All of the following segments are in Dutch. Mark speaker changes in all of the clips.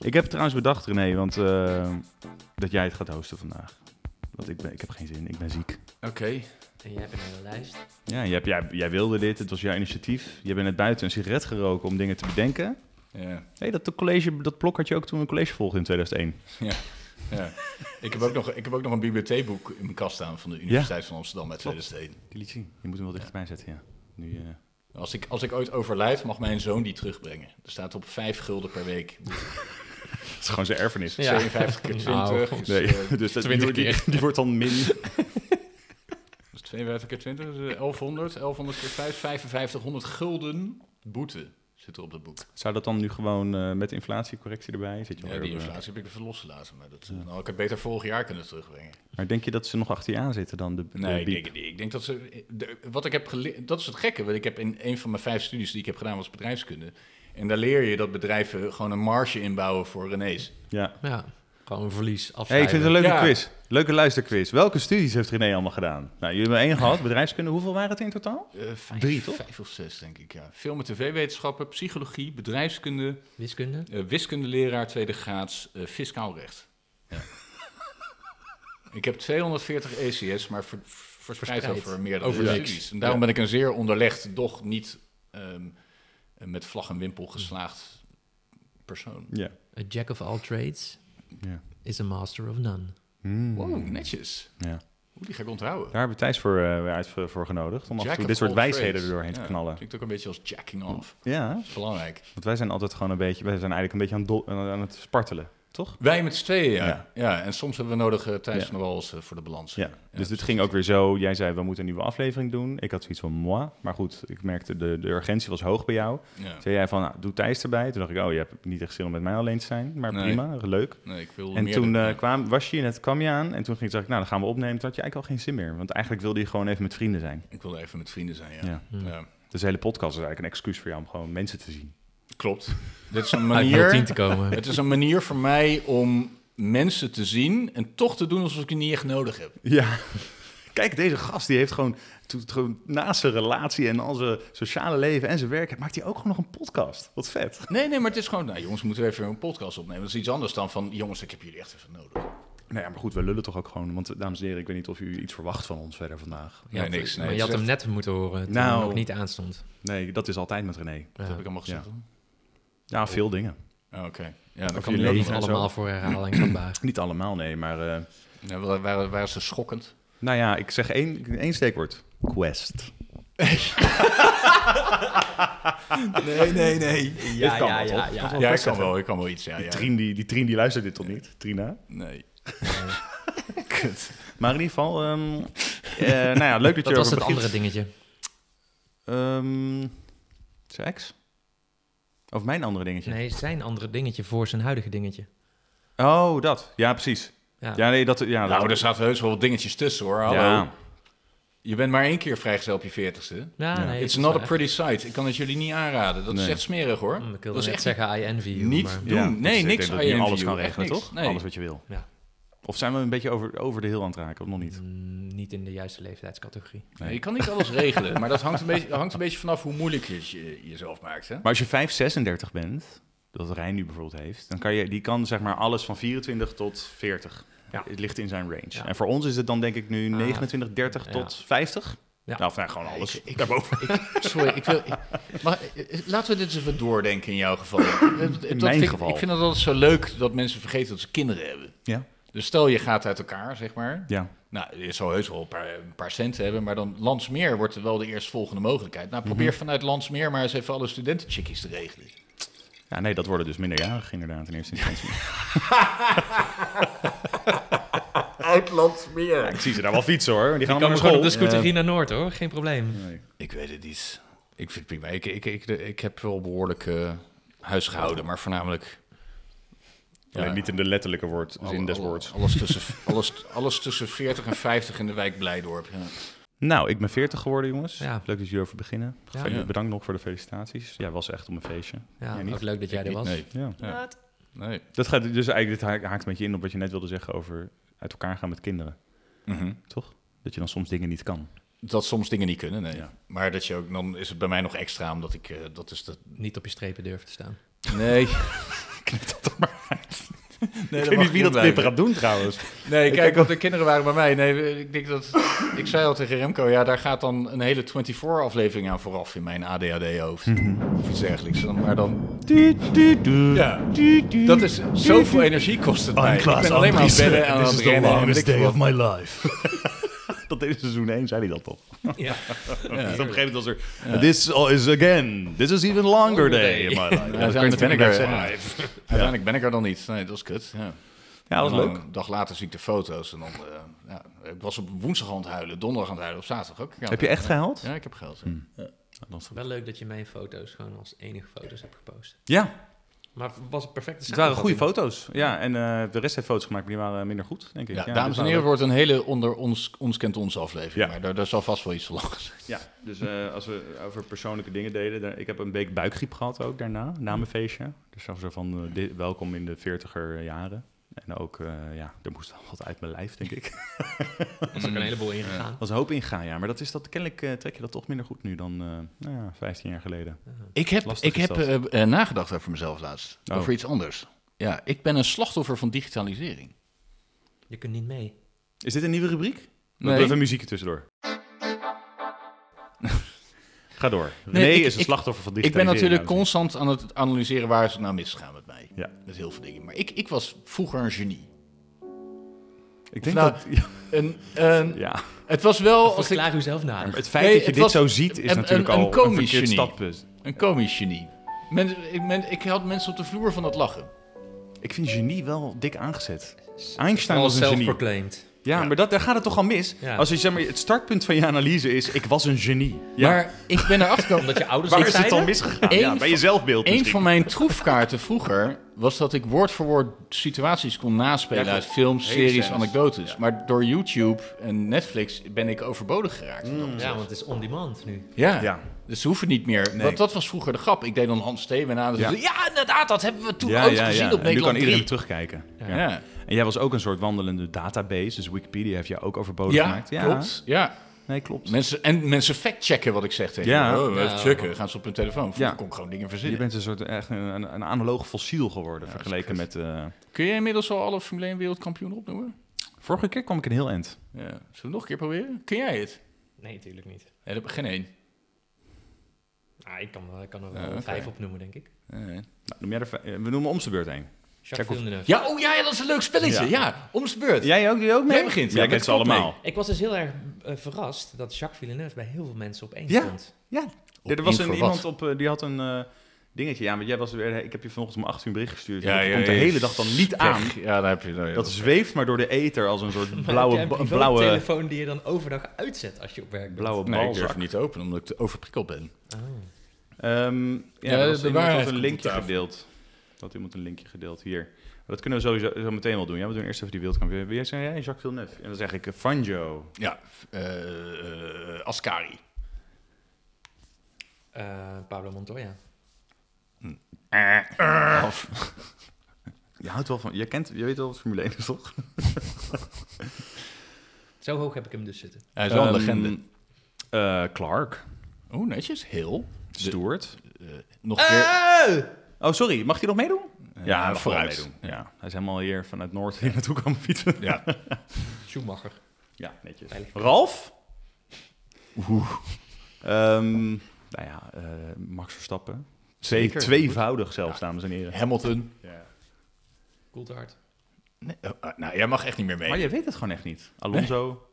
Speaker 1: Ik heb trouwens bedacht, René, want eh, dat jij het gaat hosten vandaag. Want ik, ben, ik heb geen zin, ik ben ziek.
Speaker 2: Oké.
Speaker 3: En jij hebt een hele lijst.
Speaker 1: Ja, jij, hebt- jij, jij wilde dit, het was jouw initiatief. Je bent net buiten een sigaret geroken om dingen te bedenken.
Speaker 2: Ja.
Speaker 1: Hé, dat, college, dat blok had je ook toen we college volgden in 2001.
Speaker 2: ja. Ik, heb ook nog, ik heb ook nog een bibliotheekboek in mijn kast staan van de Universiteit van Amsterdam uit
Speaker 1: Klopt.
Speaker 2: 2001.
Speaker 1: Die liet zien. Je moet hem wel dichterbij zetten, ja. Nu, eh,
Speaker 2: Als ik, als ik ooit overlijd, mag mijn zoon die terugbrengen. Er staat op 5 gulden per week.
Speaker 1: het is gewoon zijn erfenis.
Speaker 3: Ja.
Speaker 2: 52 keer 20.
Speaker 3: Nou,
Speaker 2: is,
Speaker 1: Nee,
Speaker 2: eh,
Speaker 1: dus dat,
Speaker 3: 20
Speaker 1: die,
Speaker 3: keer.
Speaker 1: die wordt dan min.
Speaker 2: Dus 52 keer 20 is eh, 1100. 1100 keer 5, 5500 gulden boete zit er op dat boek.
Speaker 1: Zou dat dan nu gewoon eh, met inflatiecorrectie erbij? Zit je
Speaker 2: Ja,
Speaker 1: alweer
Speaker 2: die
Speaker 1: op, eh,
Speaker 2: inflatie heb ik even losgelaten. Maar dat, eh, nou, ik heb beter vorig jaar kunnen terugbrengen.
Speaker 1: Maar denk je dat ze nog achter je aan zitten dan de, de
Speaker 2: Nee, ik
Speaker 1: biep?
Speaker 2: denk het niet. Ik denk dat ze. de- wat ik heb geleerd. Dat is het gekke. Want ik heb in een van mijn vijf studies die ik heb gedaan was bedrijfskunde. En daar leer je dat bedrijven gewoon een marge inbouwen voor René's.
Speaker 1: Ja.
Speaker 3: Ja, gewoon een verlies
Speaker 1: Hey, ik
Speaker 3: afschrijven.
Speaker 1: vind het een leuke
Speaker 2: Ja.
Speaker 1: quiz. Leuke luisterquiz. Welke studies heeft René allemaal gedaan? Nou, jullie hebben één gehad, bedrijfskunde. Hoeveel waren het in totaal?
Speaker 2: Eh, vijf,
Speaker 1: Drie, toch?
Speaker 2: Vijf of zes, denk ik. Ja. Film- en tv-wetenschappen, psychologie, bedrijfskunde,
Speaker 3: Wiskunde?
Speaker 2: eh, wiskundeleraar tweede graads, eh, fiscaal recht. Ja. ik heb 240 ECS, maar ver, ver- verspreid
Speaker 3: Verspreid.
Speaker 2: over meerdere
Speaker 3: Over niks.
Speaker 2: studies. En daarom ben ik een zeer onderlegd, toch niet ehm, met vlag en wimpel geslaagd persoon.
Speaker 1: Ja.
Speaker 3: A jack of all trades
Speaker 1: ja.
Speaker 3: is a master of none.
Speaker 1: Hmm.
Speaker 2: Wow, netjes.
Speaker 1: Ja.
Speaker 2: Hoe die ga ik onthouden.
Speaker 1: Daar hebben we Thijs voor, eh, weer uit voor, voor genodigd. Om af en
Speaker 2: Jack
Speaker 1: toe
Speaker 2: of
Speaker 1: dit soort
Speaker 2: all
Speaker 1: wijsheden
Speaker 2: trades.
Speaker 1: er doorheen
Speaker 2: Ja,
Speaker 1: te knallen.
Speaker 2: Klinkt ook een beetje als jacking off.
Speaker 1: Ja,
Speaker 2: Belangrijk.
Speaker 1: want wij zijn altijd gewoon een beetje... Wij zijn eigenlijk een beetje aan, het dol- aan het spartelen, toch?
Speaker 2: Wij met z'n tweeën, ja.
Speaker 1: Ja.
Speaker 2: ja. en soms hebben we nodig eh Thijs
Speaker 1: Ja.
Speaker 2: van der Wals eh, voor de balans.
Speaker 1: Ja, dus dit ging ook weer zo. Jij zei, we moeten een nieuwe aflevering doen. Ik had zoiets van, moi. Maar goed, ik merkte, de, de urgentie was hoog bij jou.
Speaker 2: Ja.
Speaker 1: Zei jij van, nou, doe Thijs erbij. Toen dacht ik, oh, je hebt niet echt zin om met mij alleen te zijn. Maar
Speaker 2: Nee.
Speaker 1: prima, leuk.
Speaker 2: Nee, ik wil
Speaker 1: En
Speaker 2: meer
Speaker 1: toen
Speaker 2: dan-
Speaker 1: eh,
Speaker 2: ja.
Speaker 1: kwam, was je net, kwam je aan. En toen ging, zag ik, nou, dan gaan we opnemen. Toen had je eigenlijk al geen zin meer. Want eigenlijk wilde je gewoon even met vrienden zijn.
Speaker 2: Ik wilde even met vrienden zijn, ja.
Speaker 1: Ja.
Speaker 3: Hm.
Speaker 2: Ja,
Speaker 1: Dus de hele podcast is eigenlijk een excuus voor jou om gewoon mensen te zien.
Speaker 2: Klopt. Dit is een
Speaker 3: Uit mijn routine
Speaker 2: manier,
Speaker 3: te komen.
Speaker 2: het is een manier voor mij om mensen te zien en toch te doen alsof ik die niet echt nodig heb.
Speaker 1: Ja. Kijk, deze gast die heeft gewoon, to- gewoon naast zijn relatie en al zijn sociale leven en zijn werk, maakt hij ook gewoon nog een podcast. Wat vet.
Speaker 2: Nee, nee, maar het is gewoon, nou jongens, moeten we even een podcast opnemen. Dat is iets anders dan van, jongens, ik heb jullie echt even nodig.
Speaker 1: Nou ja, maar goed, we lullen toch ook gewoon. Want eh, dames en heren, ik weet niet of u iets verwacht van ons verder vandaag.
Speaker 2: Nee,
Speaker 3: Ja,
Speaker 2: niks, nee,
Speaker 3: maar je
Speaker 2: het
Speaker 3: had
Speaker 2: is
Speaker 3: hem net moeten horen toen
Speaker 1: Nou.
Speaker 3: hij nog niet aanstond.
Speaker 1: Nee, dat is altijd met René.
Speaker 2: Dat
Speaker 3: Ja.
Speaker 2: heb ik allemaal gezegd.
Speaker 1: Ja.
Speaker 2: hoor.
Speaker 1: Ja, veel dingen.
Speaker 2: Oh, Oké. Ja, dan
Speaker 1: Of
Speaker 2: kan
Speaker 1: je
Speaker 2: nu ook
Speaker 1: leven
Speaker 2: nog
Speaker 3: Niet
Speaker 2: wel.
Speaker 1: en zo.
Speaker 3: allemaal voor herhaling vatbaar.
Speaker 1: Niet allemaal, nee, maar... eh,
Speaker 2: Ja, wa- waren, waren ze
Speaker 3: Oh,
Speaker 2: schokkend?
Speaker 1: nou ja, ik zeg één, één steekwoord. Quest.
Speaker 2: Nee, nee, nee.
Speaker 1: Ja, ja, ja, ja.
Speaker 2: Ja, ik kan wel, ik kan wel iets. Ja,
Speaker 1: Die
Speaker 2: ja.
Speaker 1: Trien, die, die, Trien, die luistert dit toch niet? Trina?
Speaker 2: Nee.
Speaker 1: Maar in ieder geval, ehm, eh, nou ja, leuk dat,
Speaker 3: Dat
Speaker 1: je
Speaker 3: was
Speaker 1: erover begint.
Speaker 3: het andere dingetje.
Speaker 1: Ehm, zijn ex? Of mijn andere dingetje?
Speaker 3: Nee, zijn andere dingetje voor zijn huidige dingetje.
Speaker 1: Oh, dat. Ja, precies.
Speaker 3: Ja.
Speaker 1: Ja, nee, dat... Ja,
Speaker 2: Nou,
Speaker 1: dat-
Speaker 2: er zaten heus wel wat dingetjes tussen hoor. Hallo.
Speaker 1: Ja.
Speaker 2: Je bent maar één keer vrijgezel op je veertigste.
Speaker 3: Ja,
Speaker 1: Ja.
Speaker 3: nee.
Speaker 2: It's
Speaker 3: dat
Speaker 2: not
Speaker 3: is
Speaker 2: a
Speaker 3: wel
Speaker 2: pretty sight. Ik kan het jullie niet aanraden. Dat is
Speaker 1: Nee.
Speaker 2: echt smerig hoor.
Speaker 3: echt- Mm, Ik
Speaker 2: dat
Speaker 3: wilde
Speaker 2: is
Speaker 3: net
Speaker 2: echt
Speaker 3: zeggen, I envy you.
Speaker 2: niet
Speaker 3: maar-
Speaker 2: doen.
Speaker 1: Ja,
Speaker 2: nee,
Speaker 1: dus ik
Speaker 2: niks.
Speaker 1: denk dat
Speaker 2: I
Speaker 1: je
Speaker 2: envy
Speaker 1: alles
Speaker 2: you.
Speaker 1: kan
Speaker 2: Echt
Speaker 1: regelen,
Speaker 2: niks.
Speaker 1: toch?
Speaker 2: Nee.
Speaker 1: Alles wat je wil.
Speaker 3: Ja.
Speaker 1: Of zijn we een beetje over, over de heel aan het raken? Of nog niet?
Speaker 3: Mm, niet in de juiste leeftijdscategorie.
Speaker 2: Nee, Je kan niet alles regelen. Maar dat hangt een beetje, hangt een beetje vanaf hoe moeilijk je het je- jezelf maakt. Hè?
Speaker 1: Maar als je 5, 36 bent, dat Rijn nu bijvoorbeeld heeft, dan kan je, die kan zeg maar alles van 24 tot 40.
Speaker 3: Ja.
Speaker 1: Het ligt in zijn range.
Speaker 3: Ja.
Speaker 1: En voor ons is het dan denk ik nu
Speaker 3: Ah,
Speaker 1: 29, 30
Speaker 3: ja.
Speaker 1: tot 50.
Speaker 3: Ja.
Speaker 1: Nou, of nou, gewoon alles.
Speaker 2: Ik- ik-
Speaker 1: Daarboven.
Speaker 2: Ik- sorry, ik wil. ik- mag- eh, laten we dit eens even doordenken in jouw geval. Dat vind
Speaker 1: mijn
Speaker 2: ik-
Speaker 1: geval.
Speaker 2: Ik vind het altijd zo leuk dat mensen vergeten dat ze kinderen hebben.
Speaker 1: Ja.
Speaker 2: Dus stel je gaat uit elkaar, zeg maar.
Speaker 1: Ja.
Speaker 2: Nou, je zal heus wel een paar, een paar centen hebben, maar dan Landsmeer wordt wel de eerstvolgende mogelijkheid. Nou, probeer vanuit Landsmeer maar eens even alle studentenchickies te regelen.
Speaker 1: ja, nee, dat worden dus minderjarig inderdaad in eerste instantie.
Speaker 4: Uitlandsmeer.
Speaker 1: Ja, ik zie ze daar wel fietsen hoor. Die gaan
Speaker 3: Kan
Speaker 1: allemaal
Speaker 3: maar
Speaker 1: naar
Speaker 3: gewoon
Speaker 1: school.
Speaker 3: op de scooter hier naar Noord hoor, geen probleem.
Speaker 1: Nee.
Speaker 2: Ik weet het niet. Ik vind het prima. Ik, ik, ik, ik heb wel behoorlijk eh, huis gehouden, maar voornamelijk...
Speaker 1: Alleen niet in de letterlijke woord, zin des
Speaker 2: alle-
Speaker 1: woords.
Speaker 2: Alles tussen, alles, alles tussen 40 en 50 in de wijk Blijdorp. Ja.
Speaker 1: Nou, ik ben 40 geworden, jongens.
Speaker 3: Ja.
Speaker 1: Leuk dat jullie over beginnen.
Speaker 3: Ja.
Speaker 1: Gefeli- Bedankt nog voor de felicitaties. Ja, was echt om een feestje.
Speaker 3: Ja,
Speaker 1: Jij niet?
Speaker 3: ook leuk dat jij er
Speaker 2: Niet?
Speaker 3: was.
Speaker 2: Nee.
Speaker 1: Ja.
Speaker 2: Ja. nee.
Speaker 1: Dat gaat dus eigenlijk, dit haak- haakt een beetje in op wat je net wilde zeggen over uit elkaar gaan met kinderen,
Speaker 2: Mhm.
Speaker 1: toch? Dat je dan soms dingen niet kan.
Speaker 2: Dat soms dingen niet kunnen, nee.
Speaker 1: Ja.
Speaker 2: Maar dat je ook, dan is het bij mij nog extra, omdat ik, eh, dat is dat...
Speaker 3: Niet op je strepen durven te staan.
Speaker 2: Nee.
Speaker 1: het maar uit.
Speaker 2: Nee,
Speaker 1: ik
Speaker 2: dat
Speaker 1: weet
Speaker 2: mag
Speaker 1: niet wie dat
Speaker 2: blijven.
Speaker 1: knipper gaat doen trouwens.
Speaker 2: Nee,
Speaker 1: Ik
Speaker 2: kijk,
Speaker 1: kijk
Speaker 2: want de kinderen waren bij mij. Nee, ik denk dat. Ik zei al tegen Remco, ja, daar gaat dan een hele 24-aflevering aan vooraf in mijn ADHD-hoofd. Of iets dergelijks. Dan- Maar dan. Mhm. Ja, dat is zoveel energie kost
Speaker 1: Oh,
Speaker 2: het mij. Ik ben alleen maar aan het bellen en aan het rennen. en weet ik veel wat.
Speaker 1: my life. dat deze seizoen 1 zei hij dat toch?
Speaker 3: Ja.
Speaker 1: Dus op een gegeven moment was er... "Uh, This is again. This is even longer day in my life.
Speaker 2: Ja,
Speaker 1: dat
Speaker 2: uiteindelijk ben ik er-
Speaker 1: zeggen.
Speaker 2: ja, Uiteindelijk ben ik er dan niet. Nee, dat is kut. Ja,
Speaker 1: Ja, dat
Speaker 2: En
Speaker 1: was
Speaker 2: dan
Speaker 1: leuk.
Speaker 2: Een dag later zie ik de foto's. En dan, eh, ja, ik was op woensdag aan het huilen, donderdag aan het huilen, op zaterdag ook. Ja,
Speaker 1: Heb je echt Hmm. gehaald?
Speaker 2: Ja, ik heb geld. ja.
Speaker 3: Wel leuk dat je mijn foto's gewoon als enige foto's hebt gepost.
Speaker 1: Ja,
Speaker 3: Maar het was een perfecte
Speaker 1: het waren goede foto's. Ja, en eh, de rest heeft foto's gemaakt, maar die waren minder goed, denk ik. dus
Speaker 2: Ja,
Speaker 1: dit
Speaker 2: dames en
Speaker 1: waren
Speaker 2: heren, het wordt een hele onder ons, ons kent ons aflevering.
Speaker 1: Ja.
Speaker 2: Maar daar, daar zal vast wel iets van lachen zijn.
Speaker 1: Ja, dus eh, als we over persoonlijke dingen deden. daar- ik heb een week buikgriep gehad ook daarna, na mijn feestje. Dus dat was zo van eh, dit- welkom in de veertiger jaren. En ook, eh, ja, er moest wel wat uit mijn lijf, denk ik. Er
Speaker 3: foto's. Er is ook een heleboel ingegaan.
Speaker 1: was een hoop ingaan, ja. Maar dat is dat, kennelijk eh, trek je dat toch minder goed nu dan eh, nou ja, 15 jaar geleden.
Speaker 2: Ik heb,
Speaker 1: Lastig
Speaker 2: ik
Speaker 1: is
Speaker 2: heb
Speaker 1: dat.
Speaker 2: eh, eh, nagedacht over mezelf laatst.
Speaker 1: Oh.
Speaker 2: Over iets anders. Ja, ik ben een slachtoffer van digitalisering.
Speaker 3: Je kunt niet mee.
Speaker 1: Is dit een nieuwe rubriek?
Speaker 2: Nee.
Speaker 1: Nee. Even muziek er tussendoor. Ga door. René
Speaker 2: Nee, ik-
Speaker 1: is een
Speaker 2: ik-
Speaker 1: slachtoffer van
Speaker 2: Ik ben
Speaker 1: digitalisering.
Speaker 2: natuurlijk
Speaker 1: dames en
Speaker 2: constant aan het analyseren waar ze nou misgaan met mij.
Speaker 1: nou Ja.
Speaker 2: Met heel veel dingen. Maar ik, ik was vroeger een genie.
Speaker 1: heren. Ik denk
Speaker 2: Nou,
Speaker 1: dat...
Speaker 2: Een, een,
Speaker 1: Ja,
Speaker 2: Het was wel als ik,
Speaker 3: Verklaar uzelf na.
Speaker 1: maar het feit
Speaker 2: Nee,
Speaker 1: dat je
Speaker 2: het
Speaker 1: dit
Speaker 2: was
Speaker 1: zo ziet is
Speaker 2: een-
Speaker 1: natuurlijk
Speaker 2: een- een
Speaker 1: al een
Speaker 2: komisch
Speaker 1: verkeerd
Speaker 2: genie.
Speaker 1: stappunt.
Speaker 2: een komisch genie. Mensen- ik, men- ik had mensen op de vloer van het lachen.
Speaker 1: Ik vind genie wel dik aangezet. Einstein
Speaker 3: Al
Speaker 1: was een genie.
Speaker 3: self-proclaimed.
Speaker 1: Ja, maar dat, daar gaat het toch al mis?
Speaker 3: Ja.
Speaker 1: Als je, zeg maar, het startpunt van je analyse is, ik was een genie. Ja.
Speaker 2: Maar ik ben erachter gekomen
Speaker 3: Omdat je ouders
Speaker 1: Waar
Speaker 3: dit
Speaker 1: is het dan
Speaker 3: zeiden?
Speaker 1: misgegaan?
Speaker 2: Eén
Speaker 1: Ja, bij
Speaker 2: van-
Speaker 1: je zelfbeeld
Speaker 2: Een
Speaker 1: misschien.
Speaker 2: van mijn troefkaarten vroeger was dat ik woord voor woord situaties kon naspelen
Speaker 1: Ja,
Speaker 2: uit
Speaker 1: goed.
Speaker 2: films,
Speaker 1: Hele
Speaker 2: series,
Speaker 1: scènes.
Speaker 2: anekdotes. Maar door YouTube en Netflix ben ik overbodig geraakt.
Speaker 1: Mm.
Speaker 3: Ja, want het is on demand nu.
Speaker 2: Ja.
Speaker 1: Ja.
Speaker 2: dus ze hoeven niet meer.
Speaker 1: Nee.
Speaker 2: Want dat was vroeger de grap. Ik deed dan Hans Steven aan. en
Speaker 1: Ja.
Speaker 2: zei, ja, inderdaad, dat hebben we toen
Speaker 1: Ja,
Speaker 2: ooit
Speaker 1: ja,
Speaker 2: gezien
Speaker 1: ja. En
Speaker 2: op
Speaker 1: nu kan
Speaker 2: Nederland
Speaker 1: iedereen
Speaker 2: 3.
Speaker 1: terugkijken. Ja.
Speaker 2: Ja. Ja.
Speaker 1: En jij was ook een soort wandelende database, dus Wikipedia heeft jou ook overbodig gemaakt.
Speaker 2: klopt. Ja.
Speaker 1: Nee, klopt.
Speaker 2: Mensen, en mensen factchecken wat ik zeg tegen
Speaker 1: Ja.
Speaker 2: je. Oh, even
Speaker 3: Ja.
Speaker 2: checken. Gaan ze op hun telefoon.
Speaker 1: Ja.
Speaker 2: Ik kon ik gewoon dingen
Speaker 1: Je
Speaker 2: verzinnen.
Speaker 1: bent een soort echt een, een, een analoog fossiel geworden vergeleken met... eh,
Speaker 2: Kun je inmiddels al alle Formule 1 wereldkampioenen opnoemen?
Speaker 1: vorige keer kwam ik een heel eind.
Speaker 2: Ja. Zullen we het nog een keer proberen? Kun jij het?
Speaker 3: Nee, natuurlijk niet.
Speaker 2: Nee, dat heb ik geen één.
Speaker 3: Ah, ik kan, wel- ik kan er wel
Speaker 2: Ja, oké.
Speaker 3: vijf opnoemen, denk ik.
Speaker 2: Nee.
Speaker 1: Nou, noem jij er, eh, we noemen om zijn beurt één.
Speaker 3: Jacques
Speaker 1: of-
Speaker 3: Villeneuve.
Speaker 2: Ja, oh ja, ja, dat is een leuk spelletje. Ja,
Speaker 1: Ja.
Speaker 2: om zijn beurt.
Speaker 1: Jij ook? Doe je ook mee?
Speaker 2: Jij begint, ja,
Speaker 1: Jij
Speaker 2: met
Speaker 1: kent ze
Speaker 2: kop mee.
Speaker 1: allemaal.
Speaker 3: Ik was dus heel erg eh, verrast dat Jacques Villeneuve bij heel veel mensen op één
Speaker 1: Ja.
Speaker 3: stond.
Speaker 1: Ja.
Speaker 2: Op
Speaker 1: er was
Speaker 2: één
Speaker 1: een,
Speaker 2: voor
Speaker 1: iemand
Speaker 2: wat?
Speaker 1: op, eh, die had een eh, dingetje. Ja, maar jij was weer, ik heb je vanochtend om 8 uur een bericht gestuurd.
Speaker 2: Ja,
Speaker 1: Ja,
Speaker 2: ja,
Speaker 1: komt de
Speaker 2: ja.
Speaker 1: hele dag dan niet aan.
Speaker 2: Ja, daar heb je nou, ja.
Speaker 1: Dat zweeft maar door de ether als een soort
Speaker 3: Maar
Speaker 1: blauwe,
Speaker 3: heb je
Speaker 1: ba-
Speaker 3: wel een
Speaker 1: blauwe,
Speaker 3: telefoon die je dan overdag uitzet als je op werk bent.
Speaker 1: blauwe
Speaker 2: Nee, ik durf
Speaker 1: balzak.
Speaker 2: het niet open, omdat ik te overprikkeld ben.
Speaker 3: Oh.
Speaker 1: Ehm, ja,
Speaker 2: Ja,
Speaker 1: er
Speaker 2: de
Speaker 1: was iemand
Speaker 2: waarheid
Speaker 1: had
Speaker 2: komt
Speaker 1: een
Speaker 2: op
Speaker 1: linkje
Speaker 2: tafel.
Speaker 1: gedeeld. Dat had iemand een linkje gedeeld hier. Maar dat kunnen we sowieso zo meteen wel doen. Ja, we doen eerst even die wereldkampioen. Wie zijn jij? Jacques Villeneuve. En dan zeg ik eh, Fangio.
Speaker 2: Ja, eh, eh, Ascari.
Speaker 3: Eh, Pablo Montoya.
Speaker 2: Eh, Of,
Speaker 1: Je houdt wel van... Je, kent, je weet wel wat Formule 1 is, toch?
Speaker 3: Zo hoog heb ik hem dus zitten.
Speaker 2: hij is wel een
Speaker 1: Ehm,
Speaker 2: legende.
Speaker 1: eh, Clark.
Speaker 2: Oh, netjes. Heel.
Speaker 1: Stewart.
Speaker 2: Nog weer.
Speaker 3: Eh!
Speaker 1: Oh, sorry. Mag Eh, hij nog meedoen?
Speaker 2: Ja,
Speaker 1: mag wel
Speaker 2: vooruit.
Speaker 1: meedoen. Ja. Hij is helemaal hier vanuit Noord hier naartoe komen fietsen.
Speaker 2: Ja.
Speaker 3: Schumacher.
Speaker 1: Ja, netjes.
Speaker 3: Veilig.
Speaker 1: Ralf? Ehm, nou ja, eh, Max Verstappen. Twee,
Speaker 2: Zeker.
Speaker 1: tweevoudig zelfs, dames en heren.
Speaker 2: Hamilton.
Speaker 3: Coulthard.
Speaker 2: Nee, eh, eh, nou, jij mag echt niet meer mee.
Speaker 1: Maar je weet het gewoon echt niet. Alonso.